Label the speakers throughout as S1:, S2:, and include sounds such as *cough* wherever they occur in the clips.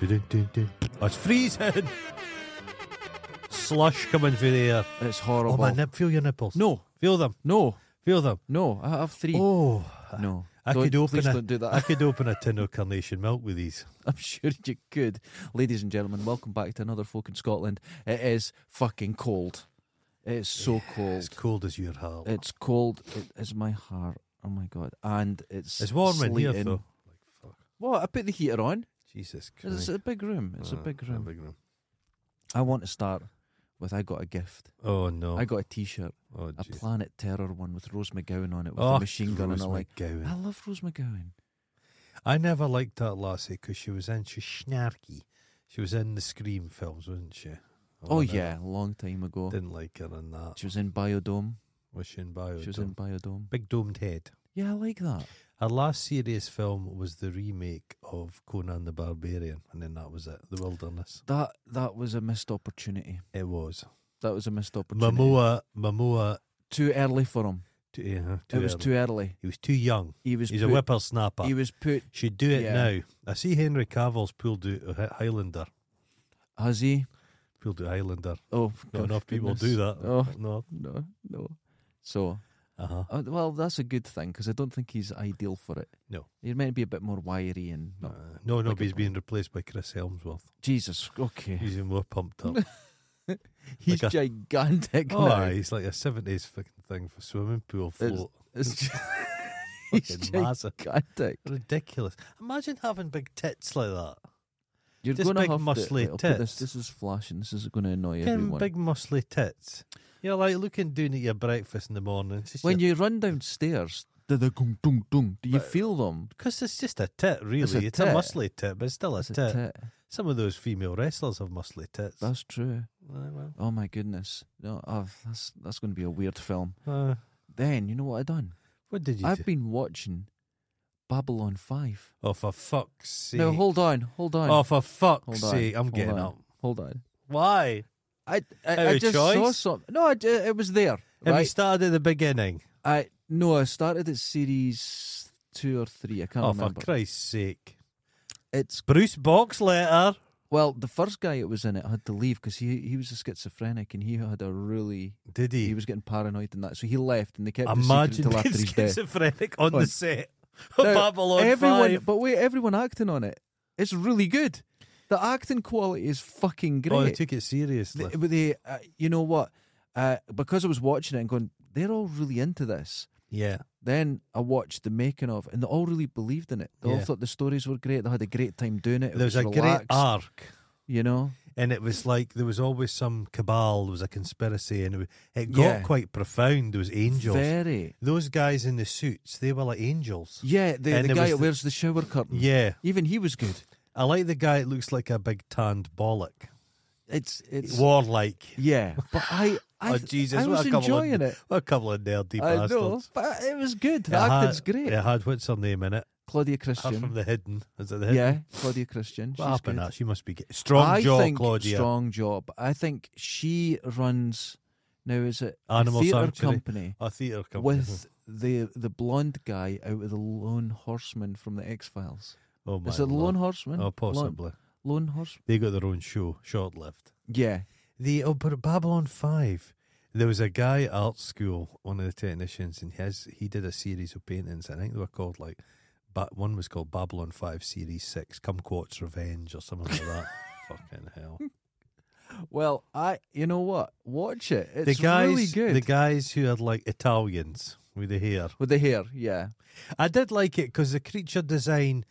S1: Du-du-du-du. It's freezing. Slush coming through the air.
S2: It's
S1: Oh,
S2: horrible.
S1: my nip. Feel your nipples.
S2: No,
S1: Feel them.
S2: no,
S1: Feel them.
S2: no. I have three.
S1: Oh.
S2: no.
S1: I
S2: Don't-
S1: could open
S2: please
S1: a,
S2: don't do that.
S1: I could open a tin of carnation milk with these.
S2: *laughs* I'm sure you could. Ladies and gentlemen, welcome back to another Folk in Scotland. It is fucking cold. It is so cold.
S1: As cold as your heart.
S2: It's cold. It is my heart. Oh my god. And it's
S1: it's warm in here
S2: sleeting.
S1: though.
S2: What? I put the heater on.
S1: Jesus Christ.
S2: It's a big room. It's a
S1: Ah,
S2: big room.
S1: big room.
S2: I want to start with I got a gift.
S1: Oh no.
S2: I got a T-shirt,
S1: oh,
S2: a
S1: jeez.
S2: Planet Terror one with Rose McGowan on it with
S1: Oh,
S2: a machine gun,
S1: Rose
S2: and I like.
S1: McGowan.
S2: I love Rose McGowan.
S1: I never liked that lassie because she was in she snarky. She was in the Scream films, wasn't she?
S2: Oh,
S1: and I
S2: yeah, a long time ago.
S1: didn't like her in that.
S2: She was in Biodome.
S1: Was she in Bio?
S2: She was in Biodome.
S1: Big domed head.
S2: Yeah, I like that.
S1: Her last serious film was the remake of Conan the Barbarian, and then that was it. The Wilderness.
S2: That that was a missed opportunity.
S1: It was
S2: That was a missed opportunity.
S1: Momoa. Momoa.
S2: Too early for him.
S1: Too, yeah,
S2: it was
S1: early.
S2: too early.
S1: He was too young.
S2: He was
S1: He's
S2: put,
S1: a whippersnapper.
S2: He was put.
S1: Should do it
S2: Yeah.
S1: now. I see Henry Cavill's pulled out of Hi- Highlander.
S2: Has he?
S1: Pulled out Highlander.
S2: Oh,
S1: Not enough people do
S2: goodness.
S1: that.
S2: Oh
S1: No.
S2: no, no. So,
S1: Uh huh.
S2: uh, well, that's a good thing because I don't think he's ideal for it.
S1: No.
S2: he meant to be a bit more wiry and.
S1: No,
S2: No.
S1: Uh, no, no
S2: Like
S1: but
S2: a
S1: he's being replaced by Chris Helmsworth.
S2: Jesus, okay,
S1: He's even more pumped up.
S2: *laughs* he's
S1: like a-
S2: gigantic
S1: oh,
S2: now. *laughs*
S1: aye, he's like a seventies fucking thing for swimming pool float.
S2: It's ju- *laughs* he's
S1: *laughs* Fucking massive.
S2: gigantic.
S1: Ridiculous. Imagine having big tits like that.
S2: You're
S1: Just
S2: gonna
S1: big
S2: have
S1: muscly
S2: to, I'll put
S1: tits.
S2: This, this is flashing. This is going to annoy
S1: Getting
S2: everyone.
S1: big muscly tits. You're like looking down at your breakfast in the morning. It's just
S2: When you run downstairs, do the gung, dung, dung, do you
S1: But-
S2: feel them?
S1: because it's just a tit, really. It's
S2: It's
S1: a,
S2: a tit.
S1: muscly tit, but it's still a
S2: It's a
S1: tit.
S2: tit.
S1: Some of those female wrestlers have muscly tits.
S2: That's true.
S1: Aye, well,
S2: Oh my goodness. No, I've, that's that's going to be a weird film.
S1: uh,
S2: Then you know what I done?
S1: what did you do?
S2: I've been watching Babylon Five.
S1: Oh, for fuck's sake!
S2: No, hold on, hold on,
S1: oh, for fuck's
S2: hold on.
S1: sake! I'm
S2: hold
S1: getting
S2: on,
S1: up.
S2: Hold on.
S1: Why?
S2: I
S1: Out
S2: I, I
S1: of
S2: just saw
S1: choice?
S2: something. No, I, ju- it was there.
S1: Have you
S2: Right?
S1: started at the beginning?
S2: I no, I started at series two or three. I can't
S1: Oh,
S2: remember.
S1: for Christ's sake.
S2: It's
S1: Bruce Boxletter.
S2: well, the first guy that was in it had to leave because he he was a schizophrenic and he had a really
S1: Did he?
S2: he was getting paranoid and that, so he left and they kept
S1: Imagine *laughs*
S2: *laughs* the secret until
S1: being
S2: after his death.
S1: schizophrenic on the
S2: On-
S1: set of
S2: Now,
S1: Babylon
S2: everyone,
S1: 5.
S2: but wait, everyone acting on it. It's really good. The acting quality is fucking
S1: Oh, they
S2: great.
S1: took it seriously.
S2: Th- but they, uh, you know what? Uh, because I was watching it and going, they're all really into this.
S1: yeah.
S2: Then I watched the making of, and they all really believed in it. They all
S1: Yeah.
S2: thought the stories were great. They had a great time doing it. it
S1: There was, a great
S2: relaxed,
S1: arc.
S2: you know.
S1: And it was like there was always some cabal, there was a conspiracy, and it, was- it got
S2: Yeah.
S1: quite profound. There was angels.
S2: Very.
S1: Those guys in the suits, they were like angels.
S2: Yeah, the,
S1: And there
S2: the guy
S1: was
S2: that
S1: the-
S2: wears the shower curtain.
S1: Yeah.
S2: Even he was good.
S1: I like the guy that looks like a big tanned bollock.
S2: It's it's
S1: Warlike.
S2: yeah. But I
S1: *laughs*
S2: I,
S1: oh, Jesus.
S2: I
S1: what
S2: was
S1: a couple
S2: enjoying
S1: of,
S2: it.
S1: What a couple of nerdy
S2: I
S1: bastards.
S2: know, but it was good. The
S1: It had-
S2: acting's great.
S1: It had what's her name in it?
S2: Claudia
S1: Her from
S2: Christian.
S1: the Hidden. Is it the Hidden?
S2: Yeah, Claudia Christian.
S1: What
S2: She's
S1: happened?
S2: good.
S1: That? She must be get- strong
S2: I
S1: jaw,
S2: think
S1: Claudia.
S2: strong job. I think she runs now is it a
S1: Animal
S2: theatre
S1: Sanctuary.
S2: company
S1: A theatre company. hmm.
S2: with the the blonde guy out of the Lone Horseman from the X Files.
S1: *laughs* oh my
S2: Is it the
S1: Lord.
S2: Lone Horseman?
S1: Oh,
S2: Lone-
S1: possibly.
S2: Lone, Horseman.
S1: They got their own show, short lived.
S2: Yeah.
S1: The oh, but Babylon Five. There was a guy at art school, one of the technicians, and his he did a series of paintings. I think they were called like, but one was called Babylon Five Series Six, Kumquat's Revenge or something like
S2: *laughs*
S1: that. Fucking hell.
S2: Well, I you know what? Watch it. It's
S1: the guys,
S2: really good.
S1: the guys who had like Italians with the hair.
S2: With the hair, yeah.
S1: I did like it because the creature design,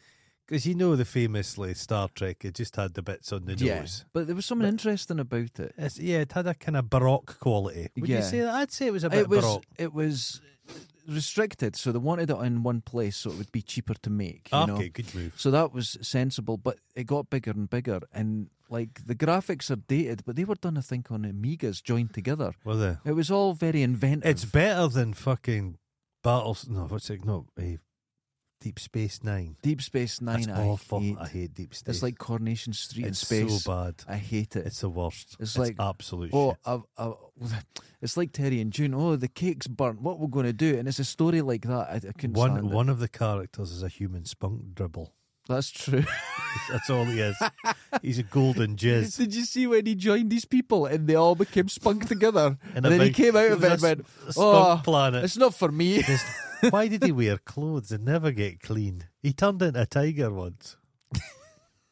S1: because you know the famously Star Trek, it just had the bits on the
S2: yeah.
S1: nose.
S2: But there was something interesting about it.
S1: It's, yeah, it had a kind of baroque quality. Would you
S2: Yeah.
S1: say that? I'd say it was a bit
S2: it was
S1: baroque.
S2: it was restricted, so they wanted it in one place, so it would be cheaper to make. You know?
S1: okay, good move.
S2: So that was sensible, but it got bigger and bigger, and like the graphics are dated, but they were done, I think, on Amigas joined together.
S1: Well, there.
S2: It was all very inventive.
S1: It's better than fucking Battles. No, what's it? No, eh, Deep Space Nine.
S2: Deep Space Nine.
S1: That's
S2: I
S1: awful.
S2: hate.
S1: I hate Deep Space.
S2: It's like Coronation Street in
S1: it's
S2: space.
S1: so bad.
S2: I hate it.
S1: It's the worst.
S2: It's like-
S1: absolute
S2: Oh,
S1: shit.
S2: I've, I've, *laughs* it's like Terry and June. Oh, the cake's burnt. What we're going to do? And it's a story like that. I, I couldn't
S1: One
S2: stand it.
S1: one of the characters is a human spunk dribble. *laughs*
S2: That's true.
S1: That's all he
S2: *laughs*
S1: is. He's a golden jizz.
S2: Did you see when he joined these people and they all
S1: *laughs*
S2: became spunk together?
S1: In
S2: and
S1: a
S2: then he
S1: big-
S2: came out of it
S1: a
S2: and
S1: s-
S2: went,
S1: a skunk
S2: "Oh,
S1: planet.
S2: it's not for me.
S1: *laughs*
S2: *laughs*
S1: Just- why did he wear clothes and never get clean? He turned into a tiger once.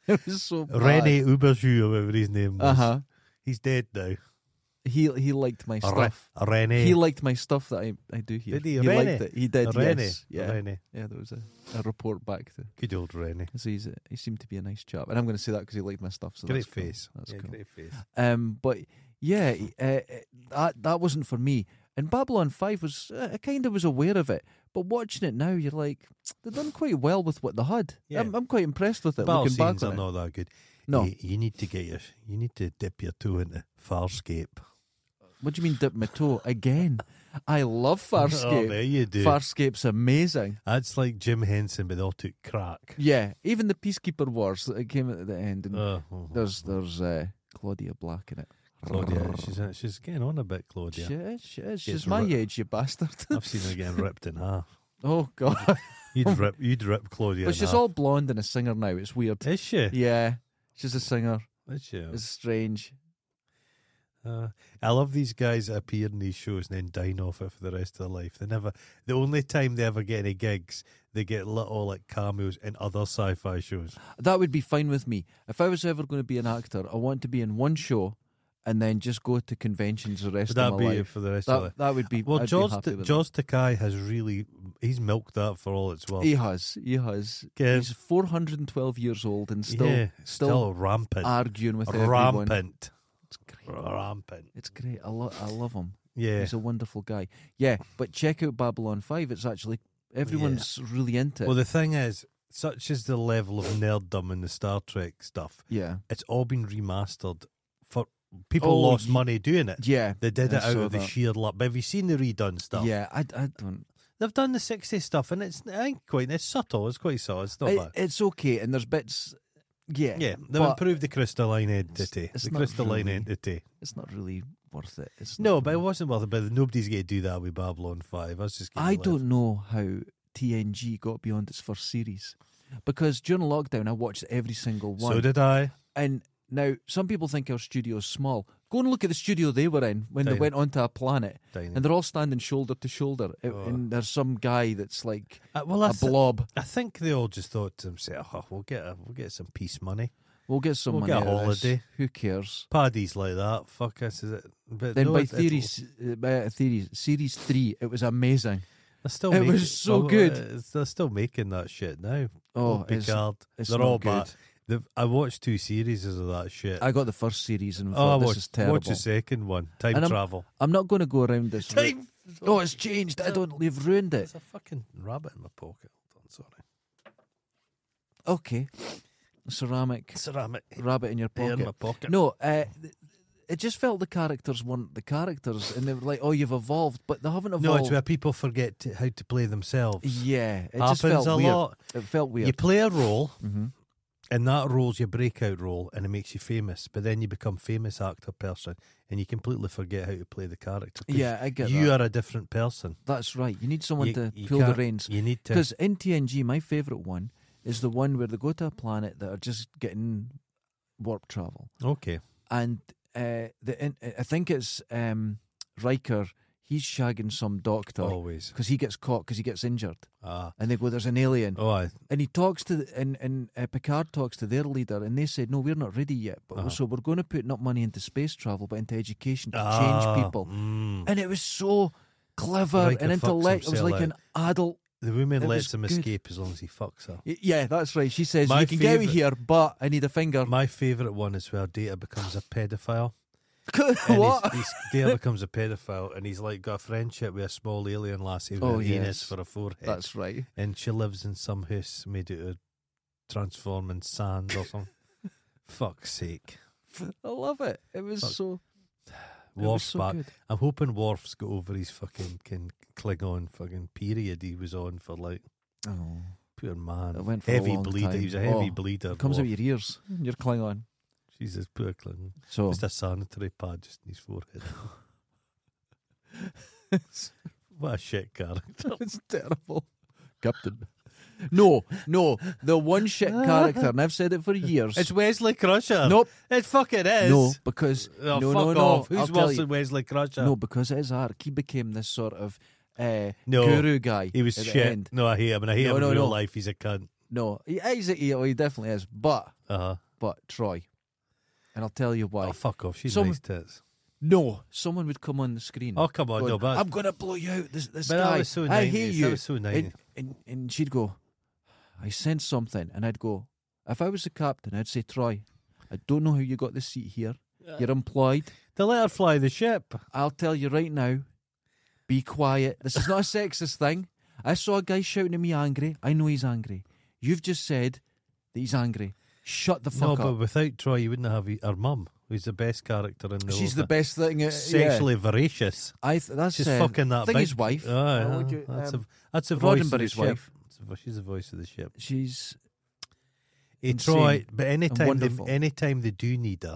S2: it was so bad.
S1: Rene Ubershu, or whatever his name was.
S2: Uh huh.
S1: He's dead now.
S2: He he liked my
S1: Re-
S2: stuff.
S1: Rene.
S2: He liked my stuff that I, I do here.
S1: Did he? Rene?
S2: liked it. He did.
S1: Rene.
S2: Yes. Yeah.
S1: Rene.
S2: Yeah. There was a, a report back to.
S1: Good old Rene.
S2: Cause he's a, he seemed to be a nice chap, and I'm going to say that because he liked my stuff. So
S1: Great
S2: that's cool.
S1: face.
S2: That's
S1: Yeah,
S2: cool.
S1: Great face.
S2: Um, but yeah, he- uh, uh, that that wasn't for me. And Babylon Five was uh, I kind of was aware of it, but watching it now, you're like they've done quite well with what they had.
S1: Yeah.
S2: I'm, I'm quite impressed with it.
S1: Battle
S2: looking
S1: scenes
S2: back on
S1: are
S2: it,
S1: not that good.
S2: no,
S1: You, you need to get your. You need to dip your toe into Farscape.
S2: what do you mean dip my
S1: *laughs*
S2: toe again? I love
S1: Oh,
S2: *laughs* Farscape.
S1: there you do.
S2: Farscape's amazing.
S1: That's like Jim Henson, but they all took crack.
S2: Yeah, even the Peacekeeper Wars that came at the end, and
S1: Oh,
S2: there's there's uh, Claudia Black in it. *laughs*
S1: Claudia. She's, she's getting on a bit, Claudia.
S2: She is, she is.
S1: She is
S2: She's my
S1: ri-
S2: age, you bastard.
S1: I've seen her getting ripped in half.
S2: *laughs* oh god,
S1: You'd rip, you'd rip Claudia. in
S2: but she's
S1: half.
S2: all blonde and a singer now. It's weird.
S1: Is she?
S2: Yeah, she's a singer.
S1: Is she?
S2: It's strange.
S1: Uh, I love these guys that appear in these shows and then dine off it for the rest of their life. They never. The only time they ever get any gigs, they get little like cameos in other sci-fi shows.
S2: That would be fine with me. If I was ever going to be an actor, I want to be in one show and then just go to conventions the rest
S1: Would that
S2: of my
S1: be it
S2: life.
S1: for the rest of their
S2: That, that would be.
S1: Well,
S2: I'd
S1: George
S2: be happy with
S1: George Takei has really he's milked that for all it's
S2: that.
S1: worth.
S2: He has. He has.
S1: Yeah.
S2: He's 412 years old and still
S1: yeah,
S2: still,
S1: rampant,
S2: arguing with everyone.
S1: rampant,
S2: It's great.
S1: rampant.
S2: It's great. I, lo- I love him.
S1: Yeah.
S2: He's a wonderful guy. Yeah, but check out Babylon 5. It's actually. Everyone's really into it.
S1: Well, the thing is, such is the level of nerddom in the Star Trek stuff.
S2: yeah.
S1: It's all been remastered. For people
S2: Oh,
S1: lost
S2: ye-
S1: money doing it.
S2: Yeah.
S1: They did
S2: I
S1: it out
S2: saw
S1: of the
S2: that.
S1: sheer luck. But have you seen the redone stuff?
S2: Yeah, I, I don't.
S1: They've done the 60s stuff, and it's I ain't quite. It's subtle. It's quite subtle. It's not
S2: It-
S1: bad.
S2: it's okay, and there's bits. Yeah,
S1: yeah, they've
S2: but
S1: improved the crystalline entity.
S2: it's
S1: the
S2: not
S1: crystalline
S2: really-
S1: entity.
S2: It's not really worth it. It's
S1: No,
S2: not
S1: but it
S2: really-
S1: wasn't worth it. But nobody's going to do that with Babylon 5. I was just getting
S2: I
S1: left.
S2: don't know how TNG got beyond its first series because during lockdown I watched every single one.
S1: So did I.
S2: and now some people think our studio's small. Go and look at the studio they were in when
S1: Tiny.
S2: they went onto a planet,
S1: Tiny.
S2: and they're all standing shoulder to shoulder, a- and there's some guy that's like
S1: Uh, well,
S2: a
S1: that's,
S2: blob.
S1: I think they all just thought to themselves, oh, "We'll get a, we'll get some peace money."
S2: We'll get some
S1: We'll
S2: money
S1: get a
S2: out of this.
S1: holiday.
S2: Who cares?
S1: Paddy's like that. Fuck us, is it? But
S2: Then
S1: no,
S2: by
S1: it- it-
S2: theories, uh, by theories, series three, it was amazing.
S1: they're still
S2: it
S1: making,
S2: was so good.
S1: it's- They're still making that shit now.
S2: Oh, it's-
S1: Picard.
S2: it's
S1: they're
S2: not
S1: all
S2: good.
S1: bad. They've, I watched two series of that shit.
S2: I got the first series and
S1: oh, I
S2: thought this is
S1: watched,
S2: terrible.
S1: watched the second one. Time
S2: And I'm- *laughs*
S1: travel.
S2: I'm not going to go around this. route.
S1: Time.
S2: Oh, it's changed. I don't. They've ruined it.
S1: There's a fucking rabbit in my pocket. Hold on, sorry.
S2: Okay, ceramic
S1: Ceramic.
S2: rabbit in your
S1: Hair
S2: pocket.
S1: in my pocket.
S2: No, uh, th- it just felt the characters weren't the characters, and they were like, "Oh, you've evolved," but they haven't evolved.
S1: No, it's where people forget to, how to play themselves.
S2: yeah, it
S1: Happens
S2: just felt
S1: a
S2: weird.
S1: lot.
S2: It felt
S1: You
S2: weird.
S1: play a role,
S2: Mhm.
S1: and that role's your breakout role, and it makes you famous. But then you become famous actor person, and you completely forget how to play the character. 'cause
S2: Yeah, I get
S1: you
S2: that.
S1: are a different person.
S2: That's right. You need someone
S1: You-
S2: to
S1: you
S2: pull the
S1: can't-
S2: reins.
S1: You need to.
S2: Because in TNG, my favourite one is the one where they go to a planet that are just getting warp travel.
S1: Okay,
S2: and uh, the in, I think it's um, Riker. He's shagging some doctor
S1: always.
S2: because he gets caught because he gets injured,
S1: Ah,
S2: and they go, "There's an alien,"
S1: oh, I,
S2: and he talks to the, and and uh, Picard talks to their leader, and they said, "No, we're not ready yet, but
S1: Uh-huh.
S2: so we're going to put not money into space travel, but into education to
S1: ah,
S2: change people."
S1: mm.
S2: And it was so clever
S1: Riker fucks
S2: and intellect. It was
S1: himself
S2: like an adult.
S1: The woman
S2: it
S1: lets
S2: was
S1: him
S2: good.
S1: escape as long as he fucks her.
S2: Y- Yeah, that's right. She says,
S1: My
S2: "You can get me
S1: favourite-
S2: here, but I need a finger."
S1: My favourite one is where Data becomes a pedophile. And
S2: *laughs* what?
S1: He's, he's, Dale becomes a pedophile, and he's like got a friendship with a small alien lassie with
S2: Oh,
S1: an anus
S2: yes.
S1: for a forehead,
S2: That's right.
S1: and she lives in some house made out of transforming sand or
S2: *laughs*
S1: something. Fuck's sake,
S2: I love it. It was
S1: Fuck.
S2: so. It was
S1: Worf's
S2: so
S1: back.
S2: good.
S1: I'm hoping Worf's got over his fucking can Klingon fucking period he was on for like
S2: Oh.
S1: poor man.
S2: It went for a
S1: heavy
S2: long
S1: bleeder.
S2: time.
S1: He was a heavy
S2: Oh,
S1: bleeder.
S2: comes out
S1: Worf.
S2: your ears. You're Klingon.
S1: Jesus, poor Klingon.
S2: So *laughs*
S1: Just a sanitary pad just in his forehead. what a shit character.
S2: *laughs* it's terrible, Captain. No, no, the
S1: *laughs*
S2: one shit character, and I've said it for years.
S1: It's Wesley Crusher.
S2: nope,
S1: It fucking is.
S2: no, because
S1: Oh,
S2: no,
S1: fuck
S2: no,
S1: off.
S2: no.
S1: Who's
S2: I'll tell
S1: worse
S2: you.
S1: than Wesley Crusher?
S2: No, because it is arc. He became this sort of uh,
S1: No,
S2: guru guy.
S1: He was
S2: at the
S1: shit.
S2: end.
S1: No, I hate him. And I hate
S2: No,
S1: him
S2: no,
S1: in real
S2: no.
S1: life. He's a cunt.
S2: No, he, he's a, he, oh, he definitely is. But
S1: Uh huh.
S2: but Troy, and I'll tell you why.
S1: Oh, fuck off. She's
S2: Some-
S1: nice tits.
S2: no, someone would come on the screen.
S1: Oh, come on.
S2: going,
S1: no, but
S2: I'm gonna blow you out. This this
S1: But that
S2: guy.
S1: was so 90s.
S2: I hate
S1: That
S2: you.
S1: was so 90s.
S2: and, and and she'd go, I sense something, and I'd go. If I was the captain, I'd say, Troy, I don't know how you got this seat here. You're employed.
S1: they let her fly the ship.
S2: I'll tell you right now, be quiet. This is not a sexist thing. I saw a guy shouting at me angry. I know he's angry. You've just said that he's angry. Shut the
S1: no,
S2: fuck
S1: but
S2: up.
S1: without Troy, you wouldn't have e- her mum, who's the best character in the
S2: She's
S1: whole
S2: the best thing. uh,
S1: Sexually voracious.
S2: yeah. I th- that's
S1: She's
S2: um,
S1: fucking that
S2: thing.
S1: big.
S2: His wife.
S1: Aye,
S2: Uh,
S1: aye,
S2: would you,
S1: that's,
S2: um,
S1: a, that's a voice of the
S2: Roddenberry's
S1: ship.
S2: wife.
S1: It's a vo- She's the voice of the ship.
S2: she's
S1: Hey,
S2: Insane
S1: Troy, but anytime they,
S2: wonderful.
S1: anytime they do need her,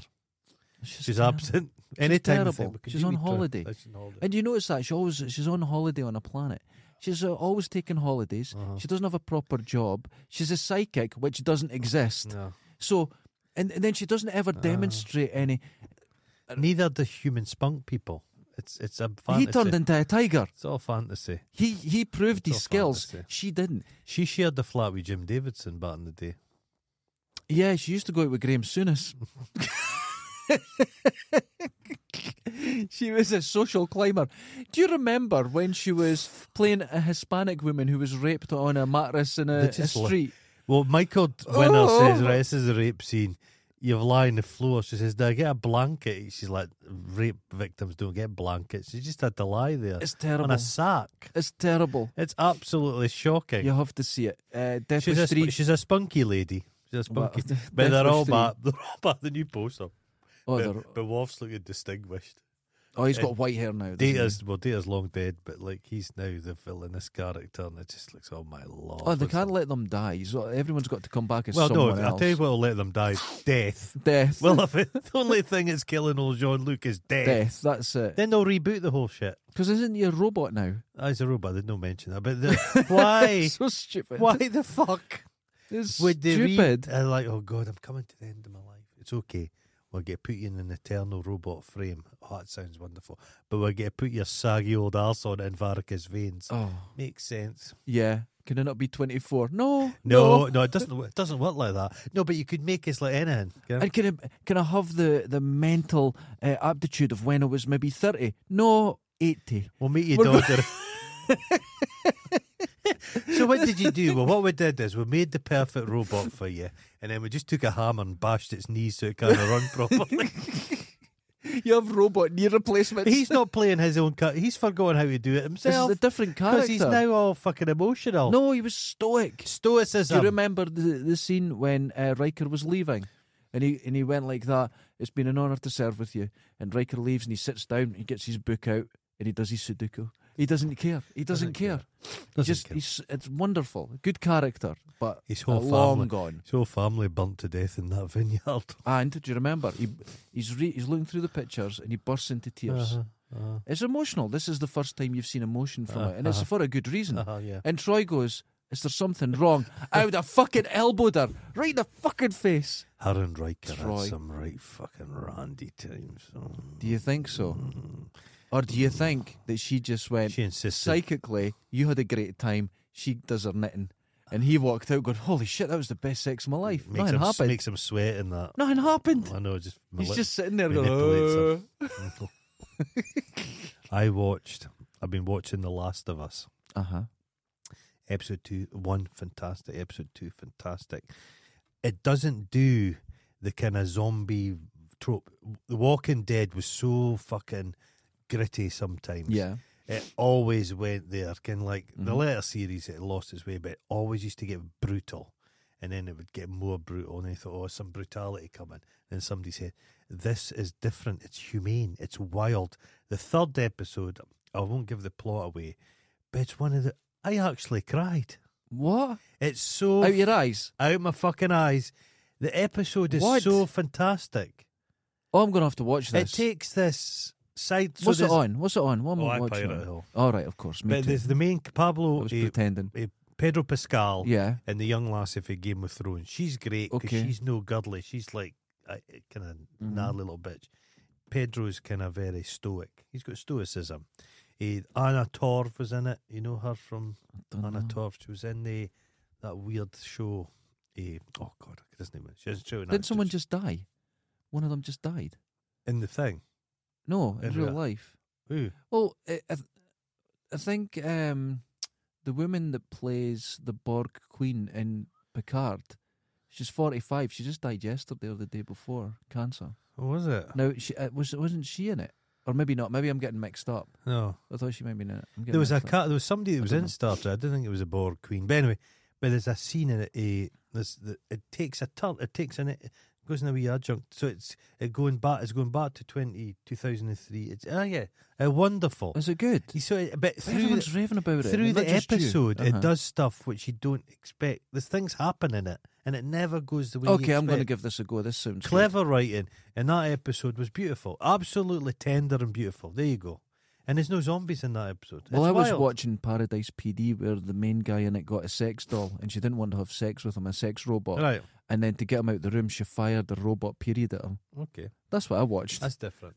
S2: she's,
S1: she's
S2: terrible.
S1: absent. anytime they think,
S2: terrible.
S1: "We could
S2: She's
S1: do
S2: on
S1: with Troy."
S2: holiday.
S1: Oh, she's on holiday.
S2: And you notice that she always she's on holiday on a planet. She's uh, always taking holidays.
S1: Uh-huh.
S2: She doesn't have a proper job. She's a psychic, which doesn't exist.
S1: No.
S2: So, and, and then she doesn't ever
S1: Ah.
S2: demonstrate any.
S1: Neither do human spunk people. It's it's a fantasy.
S2: He turned into a tiger.
S1: it's all fantasy.
S2: He he proved
S1: It's
S2: his
S1: all
S2: skills.
S1: fantasy.
S2: She didn't.
S1: She shared the flat with Jim Davidson back in the day.
S2: Yeah, she used to go out with Graham Soonis. *laughs* she was a social climber. Do you remember when she was playing a Hispanic woman who was raped on a mattress in a,
S1: They
S2: a
S1: just li-
S2: street?
S1: Well, Michael Winner
S2: Oh.
S1: says, right, this is a rape scene. You've lie on the floor. She says, "Do I get a blanket?" She's like, "Rape victims don't get blankets." She just had to lie there
S2: It's
S1: on
S2: terrible.
S1: a sack.
S2: It's terrible.
S1: It's absolutely shocking.
S2: You have to see it. Uh, Death
S1: she's a sp-
S2: Street.
S1: she's a spunky lady. She's a spunky.
S2: *laughs* Well,
S1: but they're
S2: Death
S1: all
S2: Wish
S1: back. *laughs* They're all back. The new poster.
S2: Oh,
S1: but,
S2: they're-
S1: but Wolf's looking distinguished.
S2: oh, he's
S1: uh,
S2: got white hair now. doesn't he?
S1: Data's well, Data's long dead, but like he's now the villainous character, and it just looks, oh my lord.
S2: Oh, they
S1: what's
S2: can't
S1: that?
S2: let them die. So everyone's got to come back as
S1: Well,
S2: someone
S1: no,
S2: else.
S1: I'll tell you what'll let them
S2: *laughs*
S1: die: death.
S2: Death.
S1: Well, if it, the only thing that's killing old Jean Luc is death,
S2: death. That's it.
S1: then they'll reboot the whole shit.
S2: Because isn't he a robot now?
S1: As a robot, there's no mention of it. But
S2: *laughs*
S1: the, why?
S2: so stupid.
S1: why the fuck
S2: It's
S1: Eh, would they re-
S2: stupid.
S1: Uh, like, oh god, I'm coming to the end of my life. It's okay. We'll get put you in an eternal robot frame. Oh, that sounds wonderful. But we'll get put your saggy old arse on it in varicose veins.
S2: oh,
S1: Makes sense.
S2: yeah. Can it not be 24? No.
S1: No, no, it doesn't. wo- It doesn't work like that. No, but you could make us like anything. yeah?
S2: And can I, can I have the, the mental uh, aptitude of when I was maybe 30? No, 80.
S1: We'll meet your
S2: We're go-
S1: daughter. *laughs* so what did you do? Well, what we did is we made the perfect robot for you, and then we just took a hammer and bashed its knees so it *laughs* can't run properly.
S2: You have robot knee replacements.
S1: he's not playing his own cut. He's forgotten how to do it
S2: this is
S1: himself
S2: a different character.
S1: because he's now all fucking emotional.
S2: no, he was stoic. Do you
S1: Stoicism.
S2: remember the, the scene when uh, Riker was leaving? And he, and he went like that, it's been an honour to serve with you. And Riker leaves and he sits down, he gets his book out, and he does his Sudoku. He doesn't care. He doesn't,
S1: Doesn't care.
S2: care.
S1: Doesn't
S2: Just
S1: care.
S2: he's it's wonderful, good character, but
S1: his
S2: uh,
S1: whole
S2: long
S1: family,
S2: gone.
S1: his whole family burnt to death in that *laughs* vineyard.
S2: And do you remember he he's re, he's looking through the pictures and he bursts into tears.
S1: Uh-huh, uh-huh,
S2: It's emotional. This is the first time you've seen emotion from
S1: Uh,
S2: it, and it's
S1: uh-huh.
S2: for a good reason.
S1: uh-huh, yeah.
S2: And Troy goes, "Is there something wrong?" I would have fucking elbowed her right in the fucking face.
S1: Her and Riker
S2: Troy.
S1: had some right fucking randy times.
S2: Do you think so, or do you think that she just went
S1: She insisted.
S2: psychically? You had a great time. She does her knitting, and he walked out going, "Holy shit, that was the best sex of my life."
S1: makes
S2: Nothing
S1: him,
S2: happened.
S1: Makes him sweat in that.
S2: Nothing happened.
S1: I know, just
S2: *laughs* He's
S1: mali-
S2: just sitting there
S1: manipulates
S2: going, *laughs*
S1: *laughs* I watched. I've been watching The Last of Us,
S2: "Uh huh."
S1: episode two, one fantastic, episode two fantastic. It doesn't do the kind of zombie trope. The Walking Dead was so fucking gritty sometimes.
S2: Yeah.
S1: it always went there. Kind of like the
S2: Mhm.
S1: later series, it lost its way, but it always used to get brutal. And then it would get more brutal, and they thought, oh, some brutality coming. Then somebody said, this is different. It's humane. It's wild. The third episode, I won't give the plot away, but it's one of the. I actually cried.
S2: What?
S1: It's so
S2: Out your eyes.
S1: out my fucking eyes. The episode is
S2: What?
S1: so fantastic.
S2: Oh, I'm gonna have to watch
S1: It
S2: this.
S1: takes this side. So
S2: What's it
S1: there's-
S2: on? What's it on? What am
S1: Oh,
S2: I
S1: I
S2: watching?
S1: pirate
S2: on?
S1: it all.
S2: All right, of course. Me
S1: But
S2: too.
S1: there's the main
S2: I
S1: Pablo.
S2: was
S1: eh,
S2: pretending.
S1: Pedro Pascal
S2: Yeah.
S1: and the young lassie for Game of Thrones. She's great because
S2: Okay. Mm-hmm.
S1: she's no girdly. She's like a kind of gnarly little bitch. Pedro's kind of very stoic. He's got stoicism. He, Anna Torv was in it. You know her from
S2: Don't
S1: Anna
S2: know.
S1: Torv. She was in the that weird show. eh, oh God, I can't remember. She was showing
S2: Didn't someone just die? One of them just died.
S1: in the thing?
S2: No, in
S1: In
S2: real
S1: real-
S2: life.
S1: Who?
S2: Well, I, I, th- I think um, the woman that plays the Borg Queen in Picard, she's forty-five. She just died yesterday or the day before cancer.
S1: What was it?
S2: Now, she uh, was wasn't she in it, or maybe not? Maybe I'm getting mixed up.
S1: No.
S2: I thought she might be in it. I'm getting
S1: There was a
S2: mixed up.
S1: cat. There was somebody that was
S2: don't
S1: in
S2: know.
S1: Star Trek. I don't think it was a Borg Queen, but anyway. But there's a scene in it. eh, this that it takes a turn. It takes an it goes in a wee adjunct. So it's it going back. It's going back to 20, 2003. It's oh yeah, uh, wonderful.
S2: Is it good?
S1: You saw it, but through
S2: Everyone's
S1: the,
S2: raving about it.
S1: through
S2: and not
S1: the
S2: just you.
S1: episode,
S2: Uh-huh.
S1: it does stuff which you don't expect. There's things happen in it, and it never goes the way. you
S2: Okay, I'm going to
S1: expect.
S2: give this a go. This sounds good.
S1: clever writing, and that episode was beautiful, absolutely tender and beautiful. There you go. And there's no zombies in that episode.
S2: Well,
S1: It's
S2: I was
S1: wild.
S2: watching Paradise PD where the main guy in it got a sex doll and she didn't want to have sex with him, a sex robot.
S1: Right.
S2: And then to get him out the room, she fired the robot period at him.
S1: Okay.
S2: That's what I watched.
S1: That's
S2: *laughs*
S1: different.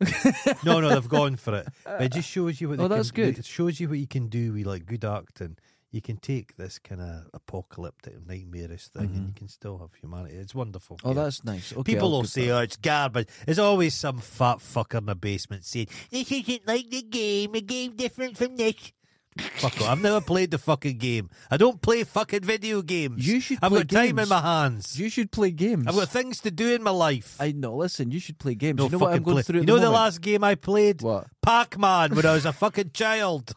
S1: no, no, they've gone for it. But it just shows you what
S2: Oh,
S1: they
S2: that's
S1: can,
S2: good.
S1: It shows you what you can do with like good acting. You can take this kind of apocalyptic, nightmarish thing, and you can still have humanity. It's wonderful.
S2: Mm-hmm. oh,
S1: yeah.
S2: that's nice. Okay,
S1: People
S2: I'll
S1: will
S2: give
S1: say,
S2: that-
S1: "Oh, it's garbage." There's always some fat fucker in the basement saying, "This isn't like the game. The game different from this." Fuck off! I've never played the fucking game. I don't play fucking video games.
S2: You should
S1: I've
S2: play
S1: got time in
S2: games.
S1: my hands.
S2: You should play games.
S1: I've got things to do in my life.
S2: I know. Listen, you should play games.
S1: No
S2: you know what I'm
S1: fucking
S2: going
S1: play-
S2: through. at
S1: You know the,
S2: moment?
S1: last game I played?
S2: What?
S1: Pac-Man when I was a fucking
S2: *laughs*
S1: child.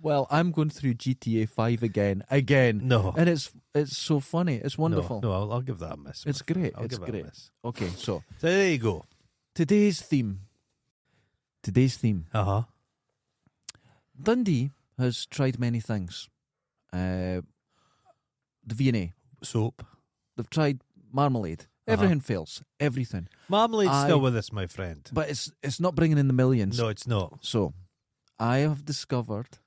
S2: Well, I'm going through GTA Five again, again.
S1: No.
S2: and it's it's so funny. It's wonderful.
S1: No, no I'll, I'll give that a miss.
S2: It's great.
S1: I'll
S2: it's
S1: give it a
S2: great.
S1: miss.
S2: Okay, so
S1: So there you go.
S2: today's theme. Today's theme.
S1: Uh huh.
S2: Dundee has tried many things. Uh, the V&A,
S1: Soap.
S2: they've tried marmalade.
S1: Uh-huh.
S2: Everything fails. Everything.
S1: Marmalade's
S2: I-
S1: still with us, my friend.
S2: But it's it's not bringing in the millions.
S1: No, it's not.
S2: So, I have discovered.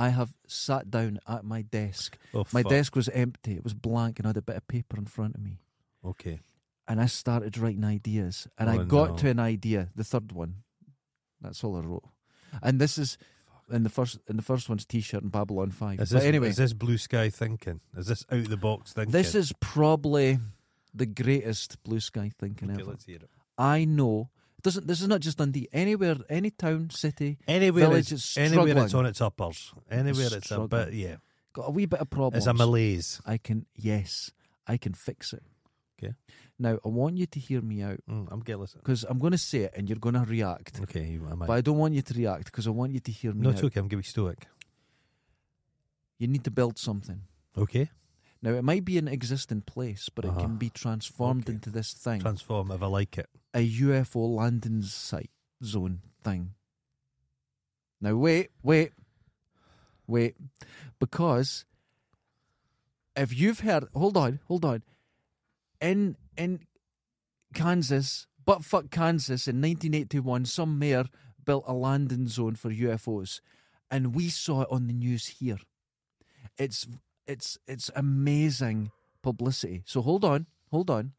S2: I have sat down at my desk.
S1: Oh,
S2: My
S1: fuck.
S2: desk was empty. It was blank, and I had a bit of paper in front of me.
S1: Okay.
S2: And I started writing ideas, and I
S1: Oh,
S2: got
S1: no.
S2: to an idea, the third one. That's all I wrote. And this is, and the first, and the first one's T-shirt and Babylon Five.
S1: Is
S2: but
S1: this,
S2: anyway,
S1: is this blue sky thinking? Is this out the box thinking?
S2: This is probably the greatest blue sky thinking
S1: Okay,
S2: ever.
S1: let's hear it.
S2: I know. Doesn't this is not just Dundee? Anywhere, any town, city,
S1: Anywhere
S2: Village
S1: it's,
S2: is
S1: anywhere it's
S2: struggling.
S1: on its uppers. Anywhere it's, a
S2: struggling.
S1: bit, yeah.
S2: got a wee bit of problems.
S1: It's a malaise.
S2: I can yes, I can fix it.
S1: Okay.
S2: Now I want you to hear me out
S1: Mm, I'm getting listen.
S2: because I'm going to say it and you're going to react,
S1: Okay, you- I might.
S2: but I don't want you to react because I want you to hear me
S1: no,
S2: out.
S1: it's okay. I'm going to be stoic.
S2: You need to build something.
S1: Okay.
S2: Now it might be an existing place, but it
S1: Uh-huh.
S2: can be transformed
S1: Okay.
S2: into this thing,
S1: Transform if I like it.
S2: a UFO landing site zone thing. Now wait, wait, wait, because if you've heard, hold on, hold on, in in Kansas, but fuck Kansas, in 1981, some mayor built a landing zone for UFOs, and we saw it on the news here. It's it's it's amazing publicity. So hold on, hold on.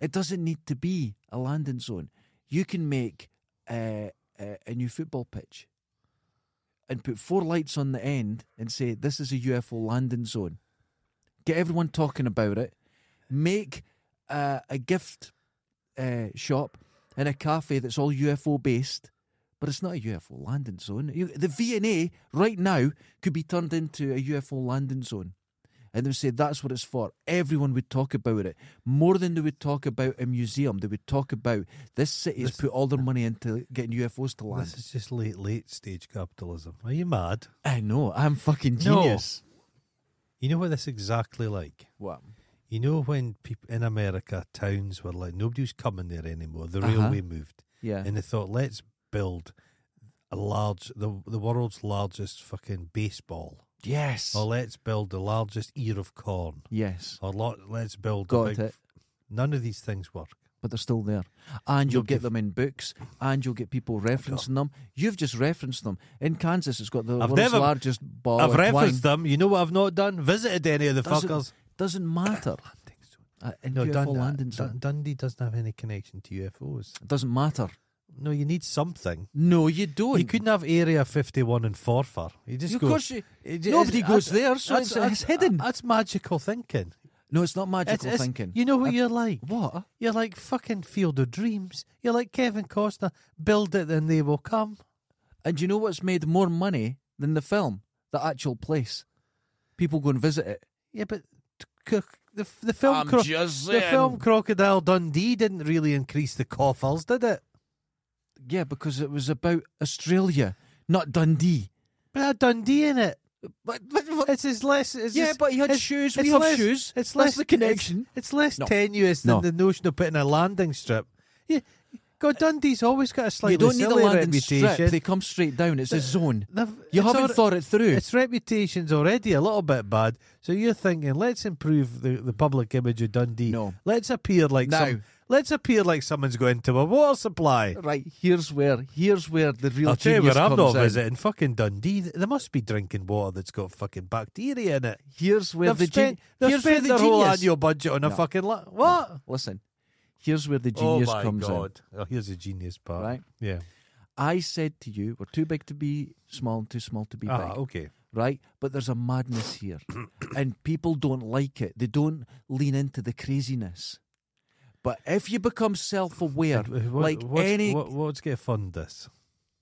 S2: It doesn't need to be a landing zone. You can make uh, a, a new football pitch and put four lights on the end and say, This is a UFO landing zone. Get everyone talking about it. Make uh, a gift uh, shop and a cafe that's all UFO based, but it's not a UFO landing zone. You- The V&A right now could be turned into a UFO landing zone and they would say that's what it's for. Everyone would talk about it more than they would talk about a museum. They would talk about this city has
S1: This-
S2: put all their money into getting UFOs to land.
S1: This is just late, late stage capitalism. Are you mad?
S2: I know. I'm fucking
S1: No.
S2: genius.
S1: You know what this exactly like?
S2: What?
S1: You know when people in America, towns were like nobody was coming there anymore. The
S2: Uh-huh.
S1: railway moved,
S2: Yeah.
S1: and they thought, let's build a large, the the world's largest fucking baseball,
S2: yes.
S1: or let's build the largest ear of corn,
S2: yes.
S1: or lo- let's build. a
S2: Got
S1: big
S2: it.
S1: None of these things work.
S2: but they're still there. And you'll
S1: You'll
S2: get
S1: give-
S2: them in books, and you'll get people referencing them. You've just referenced them. In Kansas, it's got the
S1: I've
S2: world's
S1: never-
S2: largest ball
S1: I've
S2: of twine.
S1: referenced them. You know what I've not done? Visited any of the
S2: Oh, Doesn't-
S1: fuckers.
S2: Doesn't matter. Uh, in
S1: No,
S2: beautiful
S1: Dun-
S2: London,
S1: Dun- Dundee doesn't have any connection to UFOs.
S2: it doesn't matter.
S1: No, you need something.
S2: No, you don't.
S1: You couldn't have Area 51 in Forfar. You just
S2: of
S1: go.
S2: course, you,
S1: It- it-
S2: nobody
S1: it's-
S2: goes
S1: that's-
S2: there, so it's,
S1: that's-
S2: it's hidden.
S1: That's magical thinking.
S2: no, it's not magical
S1: It's- it's-
S2: thinking.
S1: You know what you're like?
S2: what?
S1: You're like fucking Field of Dreams. You're like Kevin Costner. Build it, and they will come.
S2: And you know what's made more money than the film? The actual place. People go and visit it.
S1: Yeah, but t- c- the f- the film cro-
S2: just
S1: the film Crocodile Dundee didn't really increase the coffers, did it?
S2: Yeah, because it was about Australia, not Dundee.
S1: But it had Dundee in it.
S2: But, but, but-
S1: It's as less. It's
S2: yeah,
S1: as-
S2: but he had
S1: it's-
S2: shoes.
S1: it's
S2: We have
S1: less-
S2: shoes.
S1: It's
S2: That's
S1: less
S2: the connection.
S1: It's, it's less
S2: No.
S1: tenuous
S2: No.
S1: than the notion of putting a landing strip. Yeah, God, Dundee's always got a slightly
S2: you don't need a
S1: silly
S2: landing
S1: reputation.
S2: strip. They come straight down. It's a zone.
S1: They've-
S2: You
S1: it's
S2: haven't
S1: alre-
S2: thought it through.
S1: Its reputation's already a little bit bad, so you're thinking, let's improve the, the public image of Dundee.
S2: No.
S1: let's appear like
S2: Now.
S1: some, let's appear like someone's going to a water supply.
S2: right, here's where here's where the real
S1: I'll tell you
S2: genius
S1: where I'm
S2: comes
S1: not
S2: in.
S1: visiting. Fucking Dundee. There must be drinking water that's got fucking bacteria in it.
S2: Here's where
S1: they've
S2: the gen-
S1: spent, they've
S2: here's
S1: spent
S2: where the
S1: their whole
S2: genius-
S1: annual budget on a
S2: No.
S1: fucking la- what?
S2: Listen, here's where the genius
S1: oh my
S2: comes in.
S1: god! Oh, here's the genius part.
S2: Right.
S1: Yeah.
S2: I said to you, we're too big to be small and too small to be
S1: Ah,
S2: big.
S1: okay.
S2: right? But there's a madness here,
S1: *coughs*
S2: and people don't like it. They don't lean into the craziness. But if you become self-aware,
S1: And uh, what-
S2: like
S1: what's,
S2: any,
S1: what, what's going to fund this?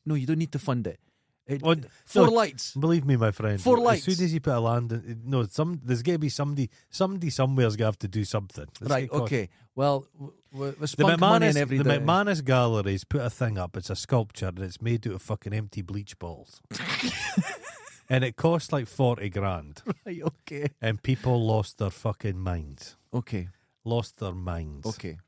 S2: no, you don't need to fund it. it
S1: What-
S2: four
S1: no.
S2: lights.
S1: Believe me, my friend.
S2: For
S1: as
S2: lights.
S1: soon as you put a land, in, no, some there's going to be somebody, somebody somewhere's going to have to do something. It's
S2: Right.
S1: gonna cost-
S2: Okay. Well, w- w- we
S1: The
S2: spunk money
S1: McManus,
S2: in
S1: the
S2: every
S1: *laughs*
S2: day. *laughs*
S1: McManus Galleries put a thing up. It's a sculpture and it's made out of fucking empty bleach *laughs* balls. and it costs like 40 grand.
S2: Right, okay.
S1: And people lost their fucking minds.
S2: Okay.
S1: Lost their minds.
S2: Okay.